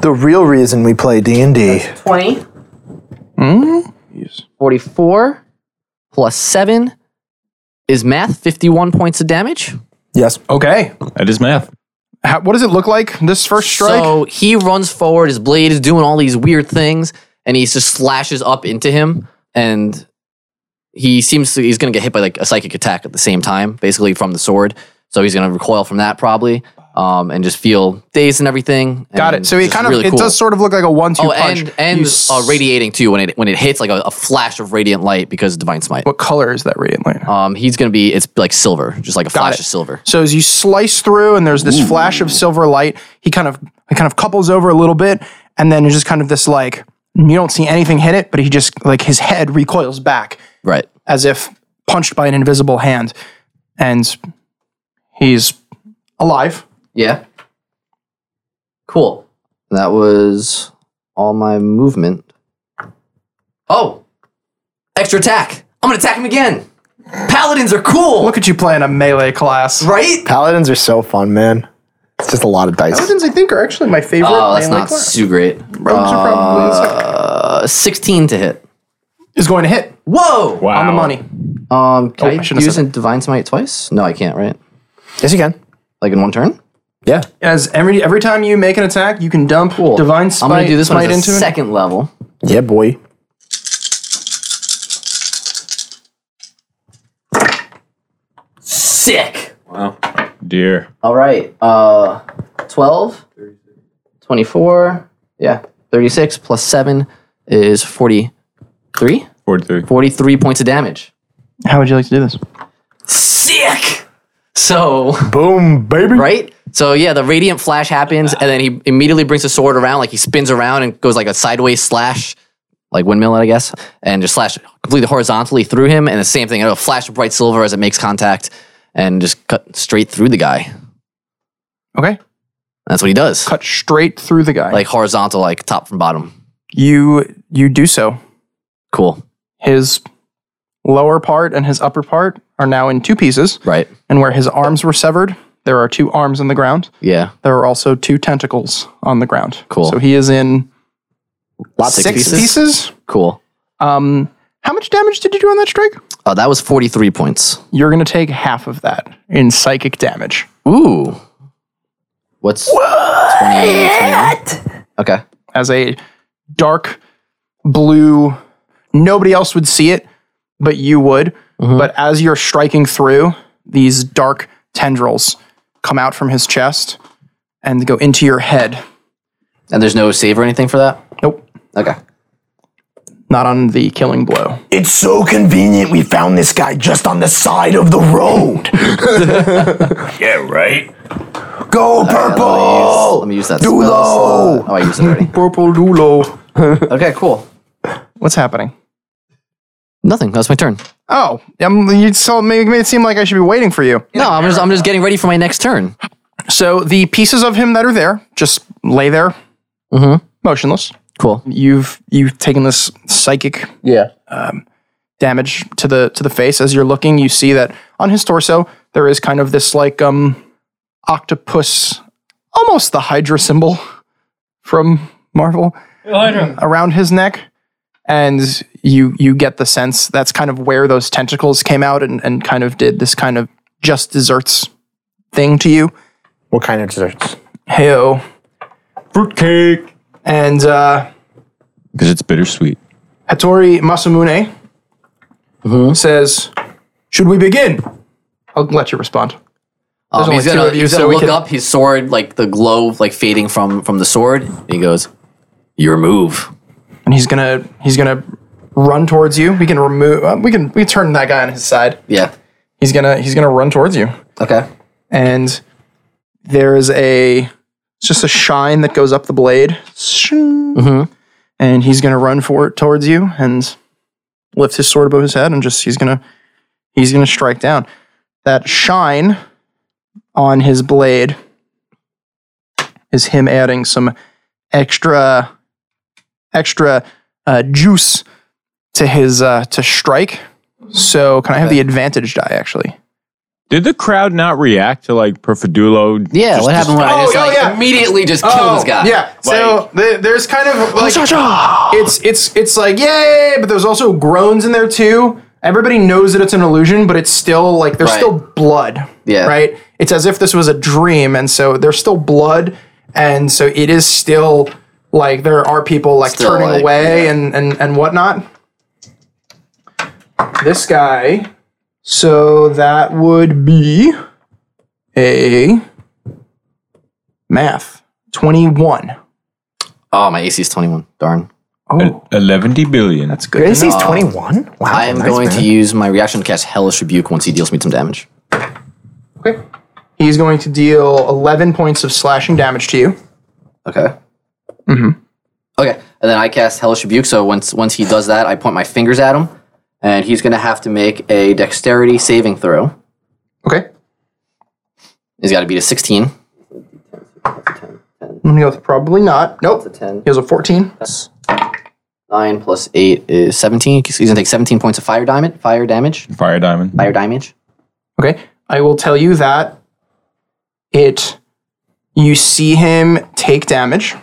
Speaker 2: The real reason we play D and D.
Speaker 5: 20, 44, plus 7 is math, 51 points of damage.
Speaker 2: Yes.
Speaker 1: Okay.
Speaker 9: That is math.
Speaker 1: How, what does it look like, this first strike?
Speaker 5: So he runs forward, his blade is doing all these weird things, and he just slashes up into him, and he seems to, he's going to get hit by like a psychic attack at the same time, basically from the sword. So he's going to recoil from that probably, um, and just feel dazed and everything.
Speaker 1: Got it.
Speaker 5: and
Speaker 1: So it
Speaker 5: just
Speaker 1: kind of,
Speaker 5: really
Speaker 1: it
Speaker 5: cool.
Speaker 1: does sort of look like a one-two
Speaker 5: Oh,
Speaker 1: punch.
Speaker 5: and and
Speaker 1: You s-
Speaker 5: uh, radiating too when it when it hits like a, a flash of radiant light because of divine smite.
Speaker 1: What color is that radiant light?
Speaker 5: Um, he's gonna be it's like silver, just like a flash
Speaker 1: it.
Speaker 5: of silver.
Speaker 1: So as you slice through, and there's this flash of silver light, he kind of he kind of couples over a little bit, and then it's just kind of this like you don't see anything hit it, but he just like his head recoils back
Speaker 5: Right.
Speaker 1: as if punched by an invisible hand, and he's alive.
Speaker 5: Yeah. Cool. That was all my movement. Oh, extra attack! I'm gonna attack him again. Paladins are cool,
Speaker 1: Look at you playing a melee class.
Speaker 5: right?
Speaker 2: Paladins are so fun, man. It's just a lot of dice.
Speaker 1: Paladins, I think, are actually my favorite
Speaker 5: Oh, that's
Speaker 1: melee
Speaker 5: not
Speaker 1: class.
Speaker 5: too great.
Speaker 1: Rogues are probably the second.
Speaker 5: Uh, 16 to hit.
Speaker 1: Is going to hit
Speaker 5: Whoa!
Speaker 9: Wow.
Speaker 1: on the money.
Speaker 5: Um,
Speaker 1: Oh, I
Speaker 5: can I,
Speaker 1: shouldn't have
Speaker 5: use
Speaker 1: said
Speaker 5: a divine smite twice? No, I can't. Right?
Speaker 2: Yes, you can.
Speaker 5: Like in one turn?
Speaker 2: Yeah.
Speaker 1: As every every time you make an attack, you can dump divine
Speaker 5: I'm
Speaker 1: smite,
Speaker 5: gonna do this one
Speaker 1: smite
Speaker 5: at the
Speaker 1: into it.
Speaker 5: second level.
Speaker 2: Yeah, boy.
Speaker 5: Sick.
Speaker 9: Dear.
Speaker 5: All right. Uh, 12, 24, yeah, 36 plus 7 is 43.
Speaker 9: 43.
Speaker 5: 43 points of damage.
Speaker 1: How would you like to do this?
Speaker 5: Sick. So,
Speaker 2: Boom, baby.
Speaker 5: right? So, yeah, the radiant flash happens, and then he immediately brings the sword around, like he spins around and goes like a sideways slash, like windmill, I guess, and just slash completely horizontally through him. And the same thing, it'll flash of bright silver as it makes contact and just cut straight through the guy.
Speaker 1: Okay.
Speaker 5: That's what he does.
Speaker 1: cut straight through the guy.
Speaker 5: like horizontal, like top from bottom.
Speaker 1: you you do so.
Speaker 5: Cool.
Speaker 1: His lower part and his upper part are now in two pieces,
Speaker 5: Right.
Speaker 1: and where his arms were severed, there are two arms on the ground.
Speaker 5: Yeah.
Speaker 1: There are also two tentacles on the ground.
Speaker 5: Cool.
Speaker 1: So he is in
Speaker 5: Lots
Speaker 1: six pieces.
Speaker 5: Cool.
Speaker 1: Um, how much damage did you do on that strike?
Speaker 5: Oh, that was 43 points.
Speaker 1: You're going to take half of that in psychic damage.
Speaker 5: Ooh. What's 20, 21? Okay.
Speaker 1: as a dark blue. Nobody else would see it, but you would.
Speaker 5: Mm-hmm.
Speaker 1: But as you're striking through, these dark tendrils come out from his chest and go into your head.
Speaker 5: And there's no save or anything for that?
Speaker 1: Nope,
Speaker 5: Okay.
Speaker 1: not on the killing blow.
Speaker 7: It's so convenient we found this guy just on the side of the road.
Speaker 10: Yeah, right.
Speaker 7: Go purple!
Speaker 5: Oh, Let me use that.
Speaker 7: Dulo!
Speaker 5: spell slot. Oh, I used it already.
Speaker 1: Purple Lulo.
Speaker 5: Okay, cool.
Speaker 1: What's happening?
Speaker 5: Nothing. That's my turn.
Speaker 1: Oh, um, you so made made it seem like I should be waiting for you.
Speaker 5: No, I'm just I'm just getting ready for my next turn.
Speaker 1: So the pieces of him that are there just lay there,
Speaker 5: Mhm.
Speaker 1: motionless.
Speaker 5: Cool.
Speaker 1: You've you've taken this psychic um,
Speaker 2: Yeah.
Speaker 1: damage to the to the face as you're looking you see that on his torso there is kind of this like um octopus almost the hydra symbol from marvel around his neck and you you get the sense that's kind of where those tentacles came out and, and kind of did this kind of just desserts thing to you
Speaker 2: What kind of desserts?
Speaker 1: hey
Speaker 9: Fruitcake.
Speaker 1: and uh
Speaker 9: Because it's bittersweet.
Speaker 1: Hattori Masamune says, "Should we begin?" I'll let you respond.
Speaker 5: Um,
Speaker 1: only
Speaker 5: he's
Speaker 1: two
Speaker 5: gonna,
Speaker 1: of you,
Speaker 5: he's
Speaker 1: so
Speaker 5: gonna
Speaker 1: we
Speaker 5: look
Speaker 1: can-
Speaker 5: up his sword, like the glow like fading from from the sword. And he goes, Your move.
Speaker 1: And he's gonna he's gonna run towards you. We can remove. Uh, we can we can turn that guy on his side.
Speaker 5: Yeah.
Speaker 1: He's gonna he's gonna run towards you,
Speaker 5: Okay.
Speaker 1: and there is a it's just a shine that goes up the blade, Shing. and he's gonna run for it towards you and lift his sword above his head and just he's gonna he's gonna strike down. That shine on his blade is him adding some extra extra uh, juice to his uh, to strike. So can I have the advantage die actually?
Speaker 9: Did the crowd not react to like Perfidulo?
Speaker 5: Yeah,
Speaker 9: just-
Speaker 5: what happened when I
Speaker 1: Oh,
Speaker 5: just
Speaker 1: oh,
Speaker 5: like
Speaker 1: yeah. Oh.
Speaker 5: immediately just killed this guy?
Speaker 1: Yeah. so the, there's kind of like it's it's it's like yay, but there's also groans in there too. Everybody knows that it's an illusion, but it's still like there's
Speaker 5: Right.
Speaker 1: still blood.
Speaker 5: Yeah.
Speaker 1: Right. It's as if this was a dream, and so there's still blood, and so it is still like there are people like
Speaker 5: Still,
Speaker 1: turning
Speaker 5: like,
Speaker 1: away and and and whatnot. This guy. So that would be a math 21.
Speaker 5: Oh, my AC is 21. Darn.
Speaker 9: El- 11 billion.
Speaker 1: Oh. That's good.
Speaker 2: This is 21? Wow.
Speaker 5: I am
Speaker 2: nice,
Speaker 5: going
Speaker 2: man.
Speaker 5: to use my reaction to cast Hellish Rebuke once he deals me some damage.
Speaker 1: Okay. He's going to deal 11 points of slashing damage to you.
Speaker 5: Okay. Mm-hmm. Okay, and then I cast Hellish Rebuke. So once once he does that, I point my fingers at him, and he's going to have to make a Dexterity saving throw.
Speaker 1: Okay.
Speaker 5: He's got to beat a 16.
Speaker 1: I'm going to go with probably not. Nope.
Speaker 5: 10.
Speaker 1: He has a 14.
Speaker 5: 9 plus 8 is 17. He's going to take 17 points of fire damage. Fire damage.
Speaker 9: Fire diamond.
Speaker 5: Fire damage.
Speaker 1: Okay. I will tell you that it. You see him take damage.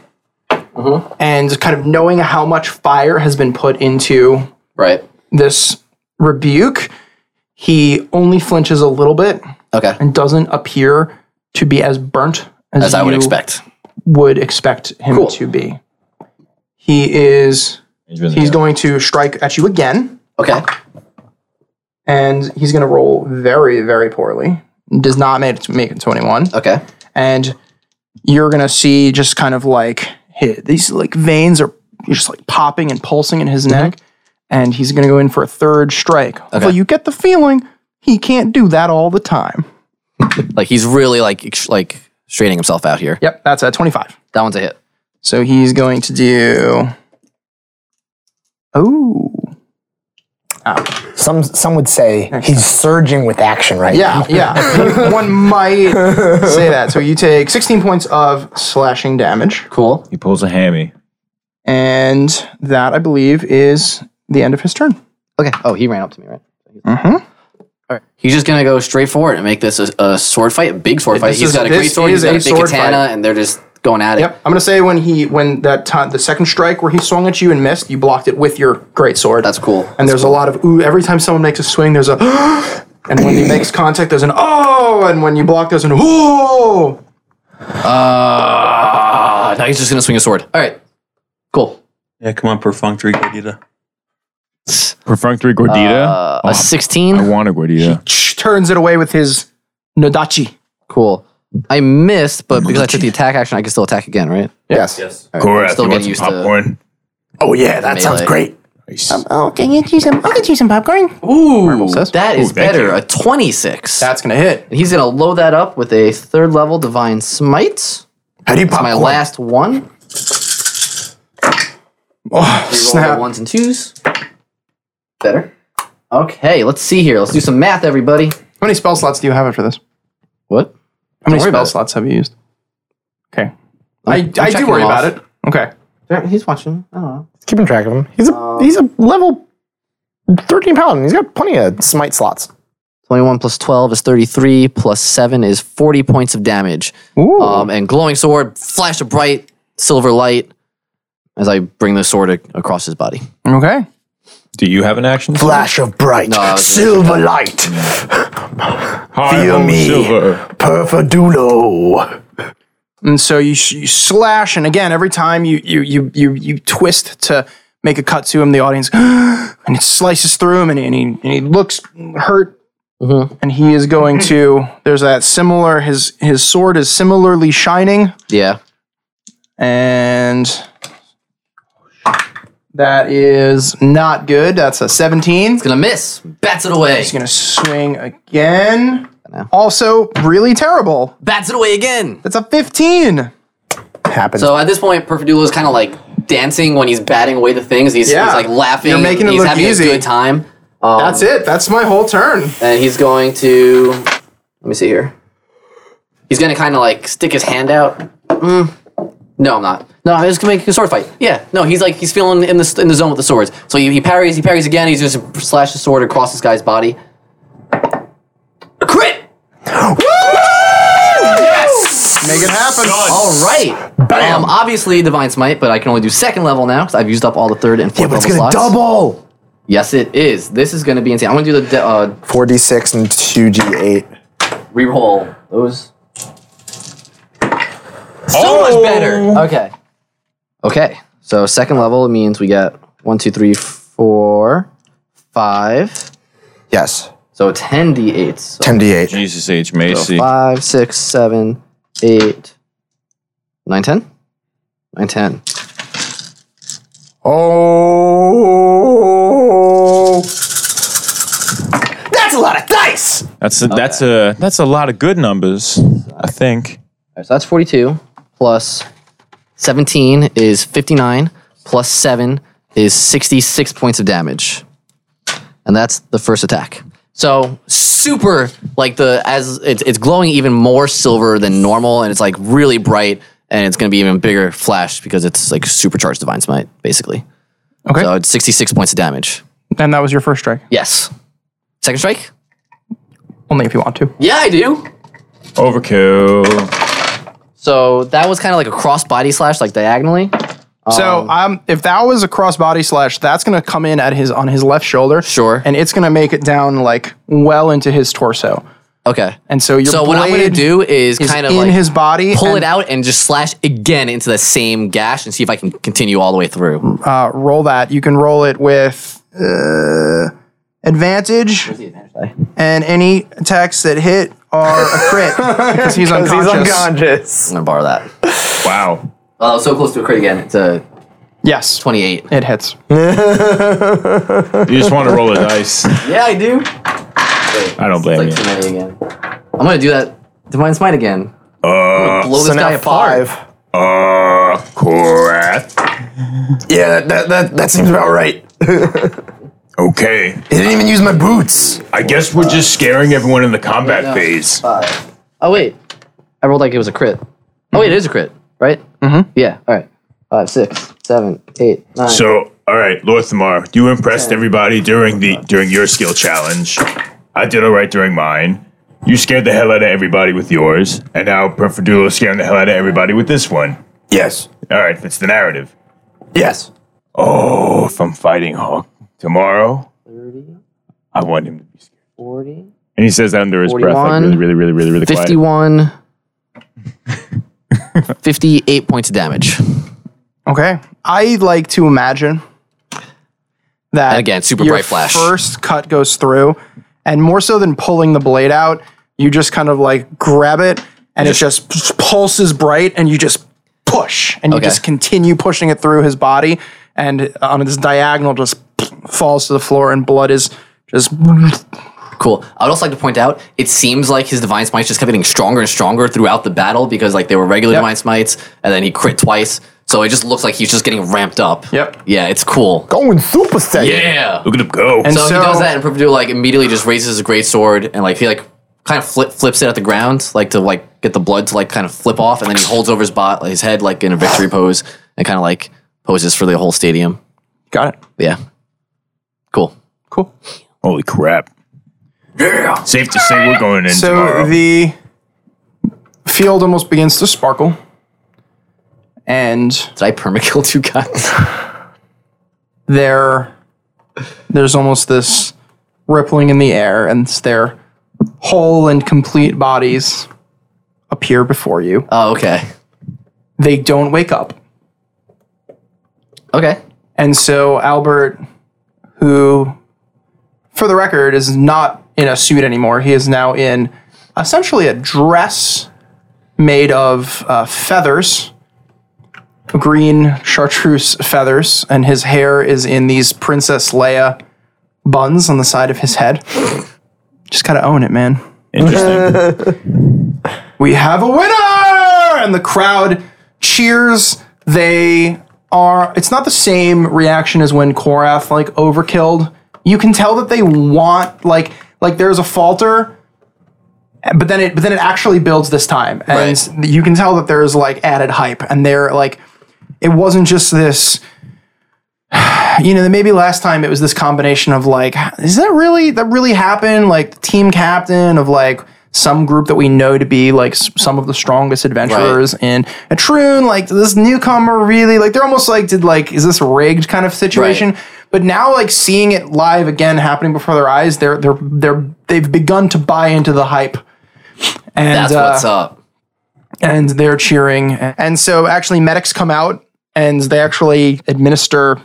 Speaker 5: Mm-hmm.
Speaker 1: And kind of knowing how much fire has been put into
Speaker 5: Right.
Speaker 1: this rebuke, he only flinches a little bit
Speaker 5: Okay.
Speaker 1: and doesn't appear to be as burnt as,
Speaker 5: As I would
Speaker 1: you
Speaker 5: expect.
Speaker 1: would expect him
Speaker 5: Cool.
Speaker 1: to be. He is
Speaker 9: He's really
Speaker 1: he's
Speaker 9: good.
Speaker 1: going to strike at you again,
Speaker 5: Okay.
Speaker 1: and he's going to roll very very poorly. Does not make it, make it twenty one,
Speaker 5: Okay.
Speaker 1: and you're going to see just kind of like hit, these like veins are just like popping and pulsing in his neck, and he's going to go in for a third strike. Although you get the feeling he can't do that all the time.
Speaker 5: Like he's really like ex- like straightening himself out here.
Speaker 1: Yep, that's at twenty five.
Speaker 5: That one's a hit.
Speaker 1: So he's going to do. Oh,
Speaker 2: Some some would say he's surging with action right now.
Speaker 1: Yeah, yeah. One might say that. So you take 16 points of slashing damage,
Speaker 5: Cool.
Speaker 9: He pulls a hammy.
Speaker 1: and that I believe is the end of his turn.
Speaker 5: Okay. Oh, he ran up to me, right?
Speaker 1: Mm-hmm.
Speaker 5: All right. He's just gonna go straight forward and make this a, a sword fight, a big sword fight.
Speaker 1: This
Speaker 5: He's
Speaker 1: is-
Speaker 5: got a
Speaker 1: this
Speaker 5: great sword.
Speaker 1: is
Speaker 5: He's got a
Speaker 1: a
Speaker 5: big
Speaker 1: sword
Speaker 5: katana,
Speaker 1: fight.
Speaker 5: and they're just going at it.
Speaker 1: Yep. I'm gonna say when he when that time the second strike where he swung at you and missed, you blocked it with your great sword.
Speaker 5: That's cool.
Speaker 1: And there's a lot of ooh. Every time someone makes a swing, there's a and when he makes contact, there's an oh, and when you block, there's an oh.
Speaker 5: Uh, now he's just gonna swing a sword. All right, cool.
Speaker 8: Yeah, come on, perfunctory gordita.
Speaker 9: Perfunctory gordita. Oh,
Speaker 5: Uh, a sixteen.
Speaker 9: I want a gordita.
Speaker 1: Ch- Turns it away with his nodachi.
Speaker 5: Cool. I missed, but because I took the attack action, I can still attack again, right?
Speaker 1: Yes.
Speaker 4: Yes.
Speaker 5: All right,
Speaker 10: Cora,
Speaker 5: I'm
Speaker 10: if you
Speaker 5: still
Speaker 10: want
Speaker 5: getting
Speaker 10: some
Speaker 5: used to.
Speaker 10: popcorn?
Speaker 7: Oh yeah, that sounds
Speaker 5: Melee.
Speaker 7: great.
Speaker 1: Oh, can you do some? I can do some popcorn. Ooh, says.
Speaker 5: That is
Speaker 10: thank
Speaker 5: better.
Speaker 10: you.
Speaker 5: A 26.
Speaker 1: that's gonna hit.
Speaker 5: and he's going to load that up with a third level Divine Smite.
Speaker 7: How do you
Speaker 5: That's
Speaker 7: popcorn?
Speaker 5: my last one.
Speaker 1: Oh,
Speaker 5: We roll the
Speaker 1: snap!
Speaker 5: Ones and twos. Better. Okay, let's see here. Let's do some math, everybody.
Speaker 1: How many spell slots do you have after this?
Speaker 5: What?
Speaker 1: How many
Speaker 5: worry about
Speaker 1: spell
Speaker 5: it.
Speaker 1: slots have you used? Okay.
Speaker 5: I'm-
Speaker 1: I, I
Speaker 5: I'm
Speaker 1: do
Speaker 5: checking
Speaker 1: worry
Speaker 5: them
Speaker 1: about
Speaker 5: off.
Speaker 1: it. Okay.
Speaker 5: There- He's watching. I don't know.
Speaker 2: Keeping track of him. He's a
Speaker 5: Um,
Speaker 2: he's a level thirteen paladin. He's got plenty of smite slots.
Speaker 5: 21 plus 12 is 33, plus 7 is 40 points of damage. Um, and glowing sword, flash of bright silver light as I bring the sword a- across his body.
Speaker 1: Okay.
Speaker 3: Do you have an action?
Speaker 7: Flash of bright
Speaker 5: No, it's-
Speaker 7: silver light.
Speaker 9: Hi,
Speaker 7: Feel
Speaker 9: I'm
Speaker 7: me.
Speaker 9: Silver.
Speaker 7: Perfidulo.
Speaker 1: And so you, sh- you slash, and again, every time you you you you you twist to make a cut to him, the audience and it slices through him, and, he- and he and he looks hurt, and he is going to. There's that similar. His his sword is similarly shining,
Speaker 5: Yeah.
Speaker 1: and that is not good. That's a 17.
Speaker 5: Gonna miss. Bats it away.
Speaker 1: He's gonna swing again. Also, really terrible.
Speaker 5: Bats it away again.
Speaker 1: That's a 15.
Speaker 2: Happens.
Speaker 5: So at this point, Perfidulo is kind of like dancing when he's batting away the things. He's,
Speaker 1: Yeah.
Speaker 5: he's like laughing.
Speaker 1: You're making it
Speaker 5: he's
Speaker 1: look
Speaker 5: having
Speaker 1: easy.
Speaker 5: a good time. Um,
Speaker 1: That's it. That's my whole turn.
Speaker 5: And he's going to. Let me see here. He's gonna kind of like stick his hand out. Mm. No, I'm not. No, I'm just gonna make a sword fight. Yeah. No, he's like he's feeling in the in the zone with the swords. So he, he parries. He parries again. He's just gonna slash the sword across this guy's body. A crit.
Speaker 1: Make it happen.
Speaker 5: All right. Um, obviously, Divine Smite, but I can only do second level now because I've used up all the third and fourth
Speaker 2: yeah, but it's
Speaker 5: level
Speaker 2: gonna
Speaker 5: slots.
Speaker 2: double.
Speaker 5: Yes, it is. This is going to be insane. I'm going to do the de- uh,
Speaker 2: Four d six and two d eight.
Speaker 5: reroll. Those. So
Speaker 2: Oh.
Speaker 5: much better. Okay. Okay. So second level means we got one, two, three, four, five.
Speaker 2: Yes,
Speaker 5: So ten d8s. So
Speaker 2: ten d eight.
Speaker 9: Jesus H. Macy.
Speaker 5: Five, six, seven, eight, nine, ten. Nine, ten.
Speaker 2: Oh, that's a lot of dice.
Speaker 9: That's a, that's a that's a lot of good numbers. I think.
Speaker 5: Alright, so that's 42 plus 17 is 59 plus 7 is 66 points of damage. And that's the first attack. So super like the as it's it's glowing even more silver than normal and it's like really bright and it's going to be even bigger flash because it's like supercharged divine smite basically.
Speaker 1: Okay.
Speaker 5: So it's 66 points of damage.
Speaker 1: And that was your first strike.
Speaker 5: Yes. Second strike?
Speaker 1: Only if you want to.
Speaker 5: Yeah, I do.
Speaker 9: Overkill.
Speaker 5: So that was kind of like a cross body slash like diagonally.
Speaker 1: so um, if that was a crossbody slash, that's gonna come in at his on his left shoulder.
Speaker 5: Sure.
Speaker 1: And it's gonna make it down like well into his torso.
Speaker 5: Okay.
Speaker 1: And so your
Speaker 5: So what I'm gonna
Speaker 1: blade
Speaker 5: do is,
Speaker 1: is
Speaker 5: kind of
Speaker 1: in
Speaker 5: like
Speaker 1: his body.
Speaker 5: pull
Speaker 1: and,
Speaker 5: it out and just slash again into the same gash and see if I can continue all the way through.
Speaker 1: Uh, roll that. You can roll it with uh, advantage. And any attacks that hit are a crit because he's unconscious.
Speaker 5: I'm gonna borrow that.
Speaker 3: Wow.
Speaker 5: Oh, that was so close to a crit again. It's a
Speaker 1: Yes,
Speaker 5: 28.
Speaker 1: it hits.
Speaker 9: You just want to roll a dice.
Speaker 5: Yeah, I do.
Speaker 9: I don't blame you.
Speaker 5: Like too many again. I'm gonna do that divine smite again. Uh, blow this guy apart.
Speaker 2: Five.
Speaker 10: Uh, Cora.
Speaker 7: Yeah, that, that, that, that seems about right.
Speaker 10: Okay.
Speaker 7: He didn't even use my boots.
Speaker 10: I guess we're just scaring everyone in the combat
Speaker 5: Yeah.
Speaker 10: phase.
Speaker 5: Oh wait, I rolled like it was a crit. Oh wait, it is a crit, right? Mm-hmm. Yeah. All right. Five, six, seven, eight, nine.
Speaker 10: So, all right, Lorthamar, you impressed everybody during the during your skill challenge. I did all right during mine. You scared the hell out of everybody with yours, and now Perfidulo's scaring the hell out of everybody with this one.
Speaker 7: Yes.
Speaker 10: All right, that's the narrative.
Speaker 7: Yes.
Speaker 10: Oh, if I'm fighting Hawk tomorrow, I want him to be scared.
Speaker 5: 40,
Speaker 10: And he says that under his breath, like
Speaker 5: 41,
Speaker 10: really, really, really, really, really quiet.
Speaker 5: 51, 58 points of damage.
Speaker 1: Okay. I like to imagine that
Speaker 5: And again, super
Speaker 1: your
Speaker 5: bright flash.
Speaker 1: First cut goes through, and more so than pulling the blade out, you just kind of like grab it, and it just p- pulses bright, and you just push, and you
Speaker 5: Okay.
Speaker 1: just continue pushing it through his body, and on this diagonal, just falls to the floor, and blood is just
Speaker 5: Cool. I would also like to point out, it seems like his divine smites just kept getting stronger and stronger throughout the battle because like they were regular divine smites, and then he crit twice. So it just looks like he's just getting ramped up.
Speaker 1: Yep.
Speaker 5: Yeah, it's cool.
Speaker 2: Going Super Saiyan.
Speaker 5: Yeah.
Speaker 10: Look at him go.
Speaker 1: And
Speaker 5: so,
Speaker 1: so-
Speaker 5: he does that, and Perpetual like immediately just raises his great sword and like he like kind of flip, flips it at the ground, like to like get the blood to like kind of flip off, and then he holds over his bot his head like in a victory pose and kind of like poses for the whole stadium.
Speaker 1: got it.
Speaker 5: Yeah, cool.
Speaker 1: Cool.
Speaker 10: Holy crap. Yeah. Safe to say we're going in
Speaker 1: So
Speaker 10: tomorrow.
Speaker 1: the field almost begins to sparkle, and
Speaker 5: Did I permakill two guys?
Speaker 1: there there's almost this rippling in the air and it's their whole and complete bodies appear before you
Speaker 5: oh, okay,
Speaker 1: they don't wake up
Speaker 5: okay.
Speaker 1: and so albert who for the record is not in a suit anymore he is now in essentially a dress made of uh, feathers green chartreuse feathers and his hair is in these princess leia buns on the side of his head just gotta own it man
Speaker 10: Interesting.
Speaker 1: we have a winner and the crowd cheers they are it's not the same reaction as when korath like overkilled you can tell that they want like like there's a falter but then it but then it actually builds this time and you can tell that there's like added hype and they're like it wasn't just this you know, maybe last time it was this combination of like, is that really that really happened? Like the team captain of like some group that we know to be like s- some of the strongest adventurers in a troon, like this newcomer really like they're almost like did like is this rigged kind of situation? But now like seeing it live again happening before their eyes, they're they're they're they've begun to buy into the hype. And
Speaker 5: That's
Speaker 1: uh,
Speaker 5: what's up.
Speaker 1: and they're cheering. And so actually medics come out and they actually administer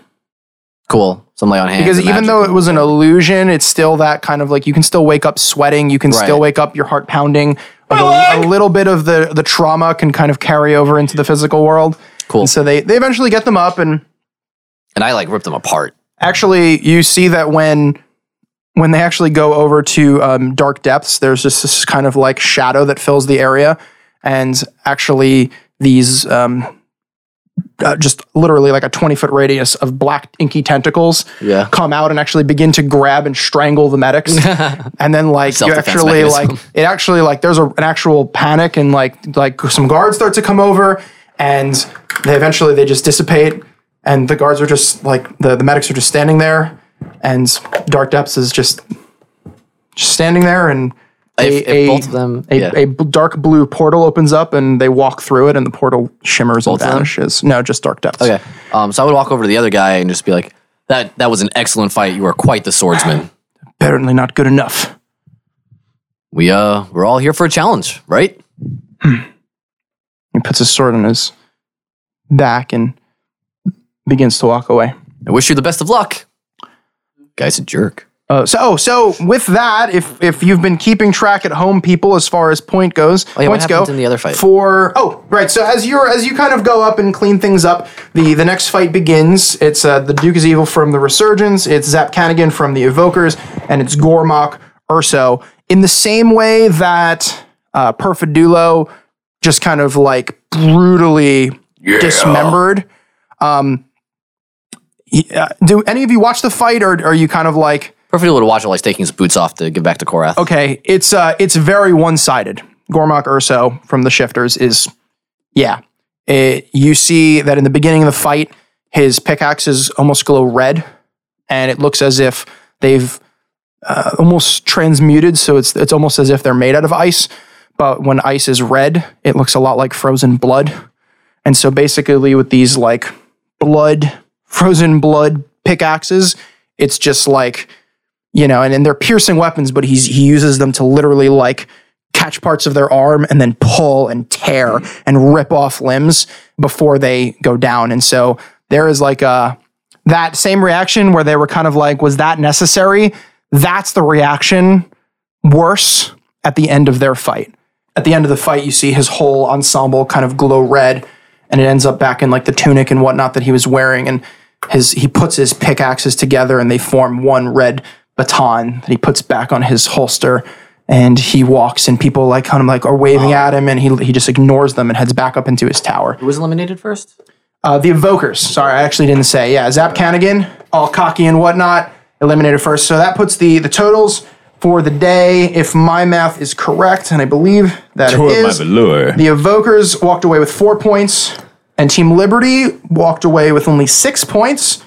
Speaker 5: Cool. Some lay on hands.
Speaker 1: because
Speaker 5: and
Speaker 1: even
Speaker 5: magic.
Speaker 1: though it was an illusion, it's still that kind of like you can still wake up sweating, you can still
Speaker 5: Right.
Speaker 1: wake up your heart pounding. Like a, a little bit of the the trauma can kind of carry over into the physical world.
Speaker 5: Cool.
Speaker 1: And so they they eventually get them up, and
Speaker 5: and I like ripped them apart.
Speaker 1: actually you see that when when they actually go over to um, dark depths, there's just this kind of like shadow that fills the area, and actually these um, uh, just literally like a 20 foot radius of black inky tentacles
Speaker 5: Yeah.
Speaker 1: come out and actually begin to grab and strangle the medics and then like you
Speaker 5: Self-defense
Speaker 1: actually
Speaker 5: mechanism.
Speaker 1: like it actually like there's a, an actual panic and like like some guards start to come over and they eventually they just dissipate and the guards are just like the, the medics are just standing there and dark depths is just just standing there and
Speaker 5: If- if
Speaker 1: a,
Speaker 5: both of them-
Speaker 1: a,
Speaker 5: yeah.
Speaker 1: a b- dark blue portal opens up and they walk through it and the portal shimmers and
Speaker 5: of them?
Speaker 1: vanishes no just dark depths
Speaker 5: Okay. Um, so I would walk over to the other guy and just be like, "That that was an excellent fight. You are quite the swordsman.
Speaker 1: apparently not good enough
Speaker 5: We uh we're all here for a challenge, right?
Speaker 1: He puts his sword on his back and begins to walk away.
Speaker 5: I wish you the best of luck." Guy's a jerk.
Speaker 1: Uh, so, oh, so with that, if if you've been keeping track at home, people, as far as point goes,
Speaker 5: Oh, yeah, what
Speaker 1: points go
Speaker 5: happened in the other fight?
Speaker 1: for. Oh, right. So as you as you kind of go up and clean things up, the the next fight begins. It's uh, the Duke is evil from the Resurgence. It's Zap Canigan from the Evokers, and it's Gormok Urso. In the same way that uh, Perfidulo just kind of like brutally dismembered. Um, yeah, do any of you watch the fight, or are you kind of like?
Speaker 5: Perfectly able to watch while he's taking his boots off to give back to Korath.
Speaker 1: okay, it's uh, it's very one sided. Gormok Urso from the Shifters is, yeah. It- you see that in the beginning of the fight, his pickaxes almost glow red, and it looks as if they've uh, almost transmuted, so it's it's almost as if they're made out of ice. But when ice is red, it looks a lot like frozen blood. And so basically, with these like blood, frozen blood pickaxes, it's just like you know, and, and they're piercing weapons, but he's he uses them to literally like catch parts of their arm and then pull and tear and rip off limbs before they go down. And so there is like a that same reaction where they were kind of like, was that necessary? That's the reaction worse at the end of their fight. At the end of the fight, you see his whole ensemble kind of glow red, and it ends up back in like the tunic and whatnot that he was wearing. And his he puts his pickaxes together, and they form one red baton that he puts back on his holster. And he walks, and people like kind of like are waving at him, and he he just ignores them and heads back up into his tower.
Speaker 5: Who was eliminated first?
Speaker 1: Uh, the Evokers. Sorry, I actually didn't say. Yeah, Zap Canigan, all cocky and whatnot, eliminated first. So that puts the the totals for the day, if my math is correct, and I believe that it
Speaker 9: Tour my
Speaker 1: is.
Speaker 9: velour.
Speaker 1: The Evokers walked away with four points, and Team Liberty walked away with only six points,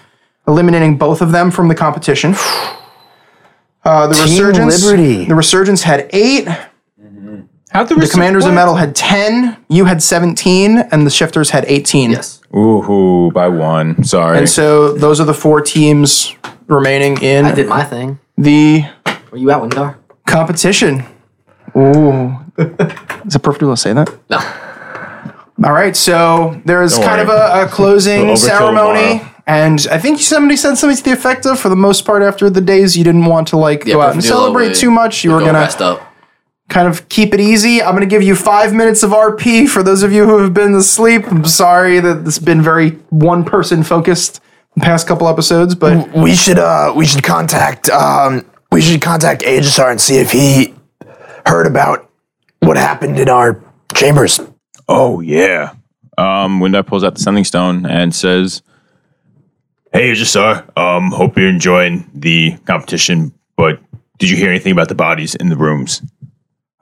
Speaker 1: eliminating both of them from the competition. Uh, the Resurgence,
Speaker 7: Liberty.
Speaker 1: the Resurgence had eight.
Speaker 3: How the,
Speaker 1: The Commanders of Metal had ten. You had seventeen, and the Shifters had eighteen.
Speaker 5: Yes.
Speaker 3: Ooh, by one. Sorry.
Speaker 1: And so those are the four teams remaining in
Speaker 5: I did my thing.
Speaker 1: the
Speaker 5: Were you out, Windar?
Speaker 1: competition. Ooh. Is it perfect to say that?
Speaker 5: No.
Speaker 1: All right, so there's
Speaker 3: Don't
Speaker 1: kind
Speaker 3: worry.
Speaker 1: of a, a closing
Speaker 3: Overkill
Speaker 1: ceremony.
Speaker 3: tomorrow.
Speaker 1: And I think somebody said something to the effect of, for the most part, after the days, you didn't want to like go out and
Speaker 5: Perfidillo
Speaker 1: celebrate
Speaker 5: would-
Speaker 1: too much. You were
Speaker 5: Don't
Speaker 1: gonna
Speaker 5: rest up.
Speaker 1: kind of keep it easy. I'm gonna give you five minutes of RP for those of you who have been asleep. I'm sorry that it's been very one person focused the past couple episodes, but
Speaker 7: We should uh we should contact um we should contact Aegisar and see if he heard about what happened in our chambers.
Speaker 9: Oh yeah. Um, Windar pulls out the sending stone and says,
Speaker 10: Hey, Ajasar. Um, hope you're enjoying the competition, but did you hear anything about the bodies in the rooms?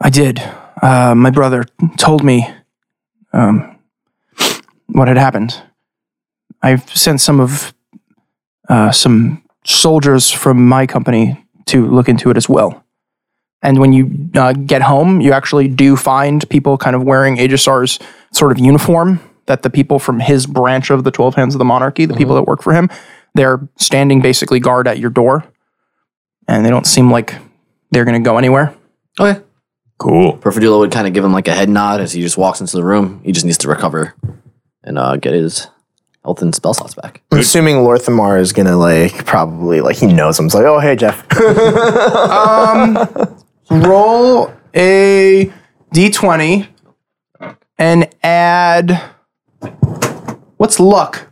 Speaker 1: I did. Uh, my brother told me um, what had happened. I've sent some of uh, some soldiers from my company to look into it as well. And when you uh, get home, you actually do find people kind of wearing Aegisar's sort of uniform that the people from his branch of the Twelve Hands of the Monarchy, the people that work for him, they're standing basically guard at your door, and they don't seem like they're going to go anywhere.
Speaker 5: Okay.
Speaker 10: Cool.
Speaker 5: Perfidula would kind of give him like a head nod as he just walks into the room. He just needs to recover and uh, get his health and spell slots back.
Speaker 2: I'm assuming Lorthamar is gonna like probably like he knows him. It's like, oh hey Jeff.
Speaker 1: roll a d20 and add what's luck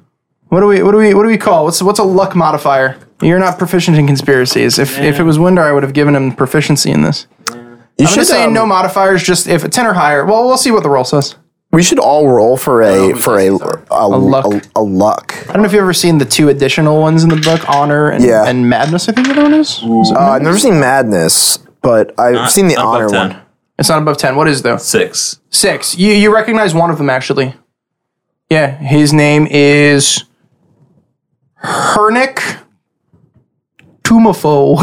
Speaker 1: what do we what do we what do we call what's what's a luck modifier you're not proficient in conspiracies if if it was windar i would have given him proficiency in this
Speaker 2: You
Speaker 1: i'm just saying
Speaker 2: um,
Speaker 1: no modifiers just if a 10 or higher well we'll see what the roll says
Speaker 2: We should all roll for
Speaker 5: Oh,
Speaker 2: a for a a,
Speaker 1: luck.
Speaker 2: a a luck.
Speaker 1: i don't know if you've ever seen the two additional ones in the book honor and,
Speaker 2: Yeah.
Speaker 1: and madness i think the other one is Is it
Speaker 2: Uh, I've
Speaker 1: Madness?
Speaker 2: never seen Madness, but I've
Speaker 8: Not-
Speaker 2: seen the
Speaker 8: not above
Speaker 2: honor
Speaker 8: 10.
Speaker 2: one.
Speaker 1: it's not above 10 what is though
Speaker 8: Six.
Speaker 1: Six. You you recognize one of them actually. Yeah, his name is Hernick Tumafo.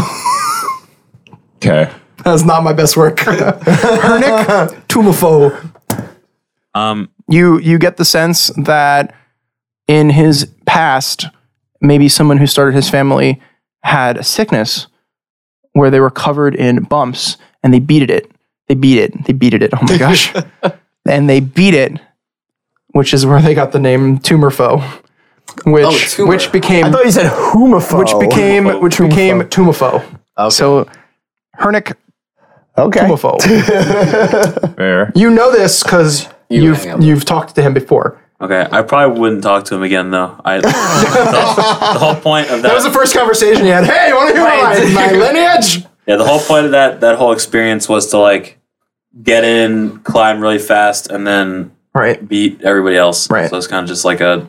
Speaker 9: "Okay,
Speaker 1: That's not my best work. Hernick Tumafo.
Speaker 8: Um,
Speaker 1: You you get the sense that in his past, maybe someone who started his family had a sickness where they were covered in bumps and they beaded it. They beat it. They beaded it. Oh my gosh. and they beat it, which is where they got the name tumor foe. Which
Speaker 5: tumor.
Speaker 1: which became
Speaker 2: I
Speaker 7: Oh,
Speaker 2: thought you said humophobe.
Speaker 1: which became which became tumafo. So Hernick
Speaker 2: okay.
Speaker 1: tumafo.
Speaker 9: fair."
Speaker 1: you know this because
Speaker 5: You
Speaker 1: you've
Speaker 5: hang out with-
Speaker 1: you've talked to him before.
Speaker 4: Okay, I probably wouldn't talk to him again though. I the, the whole point of that,
Speaker 1: That was the first conversation you had. Hey, you want to hear about my, my lineage?
Speaker 4: yeah, the whole point of that that whole experience was to like get in, climb really fast, and then
Speaker 1: Right.
Speaker 4: beat everybody else.
Speaker 1: Right.
Speaker 4: So it's kind of just like a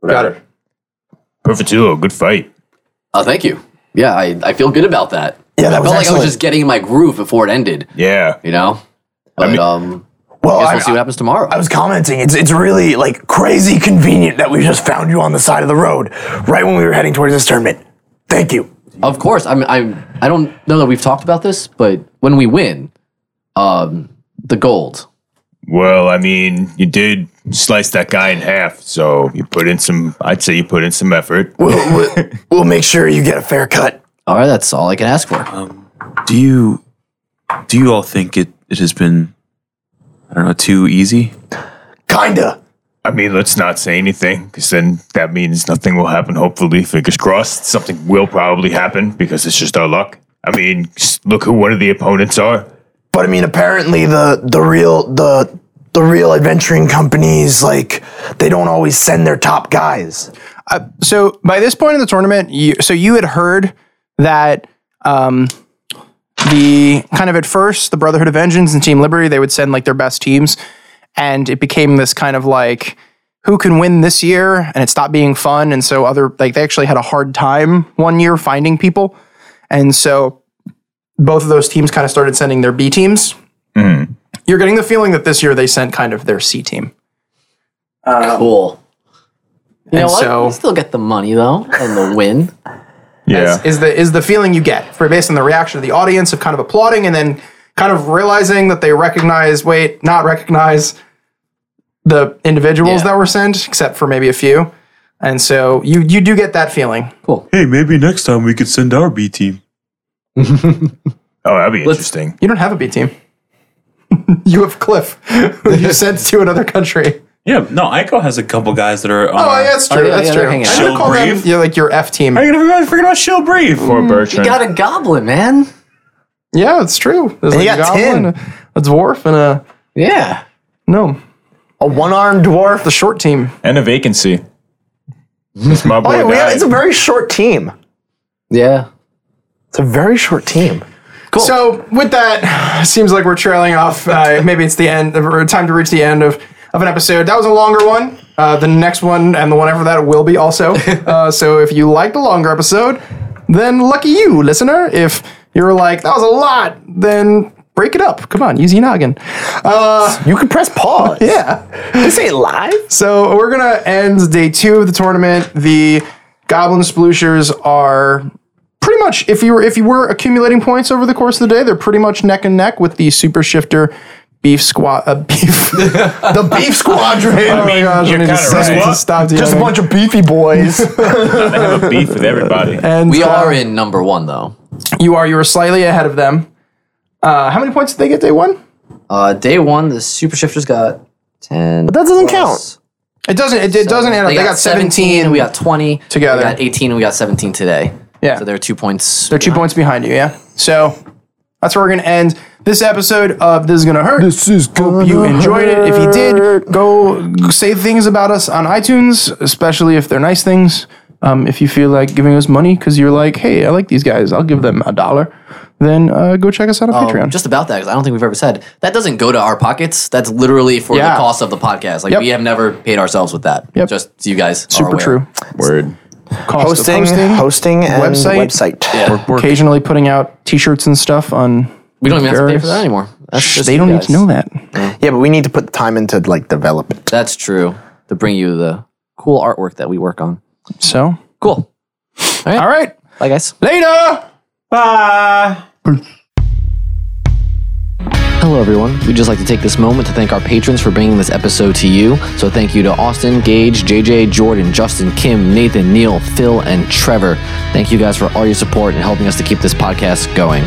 Speaker 1: Got
Speaker 4: whatever.
Speaker 1: it.
Speaker 10: Perfectillo, good fight.
Speaker 5: Oh, thank you. Yeah, I, I feel good about that.
Speaker 7: Yeah, that
Speaker 5: I
Speaker 7: was
Speaker 5: felt like I
Speaker 7: excellent.
Speaker 5: was just getting in my groove before it ended,
Speaker 10: Yeah.
Speaker 5: you know? But um,
Speaker 7: well,
Speaker 5: I guess
Speaker 7: I,
Speaker 5: we'll see what happens tomorrow.
Speaker 7: I was commenting. It's it's really like crazy convenient that we just found you on the side of the road right when we were heading towards this tournament. Thank you.
Speaker 5: Of course, I'm. I'm. I don't know that we've talked about this, but when we win, um, the gold.
Speaker 10: Well, I mean, you did slice that guy in half, so you put in some. I'd say you put in some effort.
Speaker 7: We'll, we'll, we'll make sure you get a fair cut.
Speaker 5: All right, that's all I can ask
Speaker 1: Uh,
Speaker 5: for.
Speaker 8: Do you do you all think it, it has been I don't know too easy?
Speaker 7: Kinda.
Speaker 10: I mean, let's not say anything because then that means nothing will happen. Hopefully, fingers crossed. Something will probably happen because it's just our luck. I mean, s- look who one of the opponents are.
Speaker 7: But I mean, apparently the the real the the real adventuring companies like they don't always send their top guys.
Speaker 1: Uh, So by this point in the tournament, you, so you had heard that um, the kind of at first the Brotherhood of Vengeance and Team Liberty they would send like their best teams, and it became this kind of like who can win this year, and it stopped being fun, and so other like they actually had a hard time one year finding people, and so both of those teams kind of started sending their B teams. You're getting the feeling that this year they sent kind of their C team.
Speaker 5: cool. You know
Speaker 1: and
Speaker 5: what?
Speaker 1: so-
Speaker 5: we still get the money though and the win.
Speaker 10: Yeah.
Speaker 1: is the is the feeling you get for based on the reaction of the audience of kind of applauding and then kind of realizing that they recognize wait not recognize the individuals
Speaker 5: Yeah.
Speaker 1: that were sent except for maybe a few and so you you do get that feeling
Speaker 6: Hey, maybe next time we could send our B team.
Speaker 10: Oh, that'd be interesting.
Speaker 1: you don't have a b team you have cliff who you sent to another country
Speaker 8: Yeah, no, Ico has a couple guys that are uh, on
Speaker 1: oh
Speaker 8: our-
Speaker 1: yeah that's true
Speaker 5: yeah,
Speaker 1: that's
Speaker 5: yeah, they're
Speaker 1: true
Speaker 5: hanging
Speaker 1: i'm
Speaker 5: out.
Speaker 1: gonna
Speaker 8: Chill
Speaker 1: call them
Speaker 8: brief.
Speaker 1: yeah, like your f team
Speaker 8: I forgot, I forgot about Shill Brave.
Speaker 10: Poor Bertrand.
Speaker 5: Got a goblin, man.
Speaker 1: yeah it's true there's like
Speaker 2: And you
Speaker 1: a
Speaker 2: got
Speaker 1: goblin a dwarf and a
Speaker 5: Yeah.
Speaker 1: no
Speaker 2: A one-armed dwarf.
Speaker 1: the short team
Speaker 9: And a vacancy.
Speaker 10: It's my boy.
Speaker 2: Oh, yeah, we have-
Speaker 10: died.
Speaker 2: it's a very short team.
Speaker 5: Yeah.
Speaker 2: It's a very short team.
Speaker 1: So with that, seems like we're trailing off. Uh, maybe it's the end. Or time to reach the end of, of an episode. That was a longer one. Uh, the next one and the one after that will be also. Uh, so if you liked a longer episode, then lucky you, listener. If you're like that was a lot, then break it up. Come on, use Uh, your noggin.
Speaker 2: You can press pause.
Speaker 1: Yeah.
Speaker 2: This ain't live.
Speaker 1: So we're gonna end day two of the tournament. The Goblin Splooshers are pretty much if you were if you were accumulating points over the course of the day, they're pretty much neck and neck with the Super Shifter Beef Squad. Uh, beef.
Speaker 2: The beef squadron.
Speaker 1: oh my gosh! I
Speaker 10: you're
Speaker 1: need to
Speaker 10: kinda
Speaker 1: stop-
Speaker 10: right.
Speaker 1: I need to stop
Speaker 2: Just a
Speaker 1: yelling.
Speaker 2: bunch of beefy boys.
Speaker 10: I have a beef with everybody.
Speaker 1: And
Speaker 5: We
Speaker 1: uh,
Speaker 5: are in number one though.
Speaker 1: You are. You are slightly ahead of them. Uh, how many points did they get day one?
Speaker 5: Uh, day one, the super shifters got ten. But
Speaker 2: that doesn't
Speaker 1: It doesn't. It, it doesn't end up. They, got, 17.
Speaker 5: We got twenty
Speaker 1: together.
Speaker 5: We got eighteen. and We got seventeen today.
Speaker 1: Yeah.
Speaker 5: So they're two points.
Speaker 1: They're two points behind you, yeah? So that's where we're going to end this episode of This Is Gonna Hurt. This is Hope
Speaker 2: Oh,
Speaker 1: you enjoyed it. If you did, go say things about us on iTunes, especially if they're nice things. Um, if you feel like giving us money because you're like, hey, I like these guys, I'll give them a dollar, then uh, go check us out on
Speaker 5: Um,
Speaker 1: Patreon.
Speaker 5: Just about that, because I don't think we've ever said that doesn't go to our pockets. That's literally for
Speaker 1: Yeah.
Speaker 5: the cost of the podcast. Like
Speaker 1: Yep.
Speaker 5: we have never paid ourselves with that.
Speaker 1: Yep.
Speaker 5: Just so you guys. are
Speaker 1: Super
Speaker 5: aware.
Speaker 1: true.
Speaker 9: Word.
Speaker 1: Cost of
Speaker 2: Hosting, hosting, and
Speaker 1: website.
Speaker 2: website.
Speaker 1: Occasionally putting out t shirts and stuff on.
Speaker 5: We don't even have to pay
Speaker 1: Various-
Speaker 5: for that anymore. That's
Speaker 1: Shh,
Speaker 5: just
Speaker 1: they
Speaker 5: you
Speaker 1: don't need
Speaker 5: guys.
Speaker 1: to know that.
Speaker 2: Yeah, but we need to put the time into like develop it.
Speaker 5: That's true. To bring you the cool artwork that we work on.
Speaker 1: So,
Speaker 5: Cool.
Speaker 1: all right.
Speaker 5: Bye, guys.
Speaker 1: Later.
Speaker 5: Hello, everyone. We'd just like to take this moment to thank our patrons for bringing this episode to you. So, thank you to Austin, Gage, JJ, Jordan, Justin, Kim, Nathan, Neil, Phil, and Trevor. Thank you guys for all your support and helping us to keep this podcast going.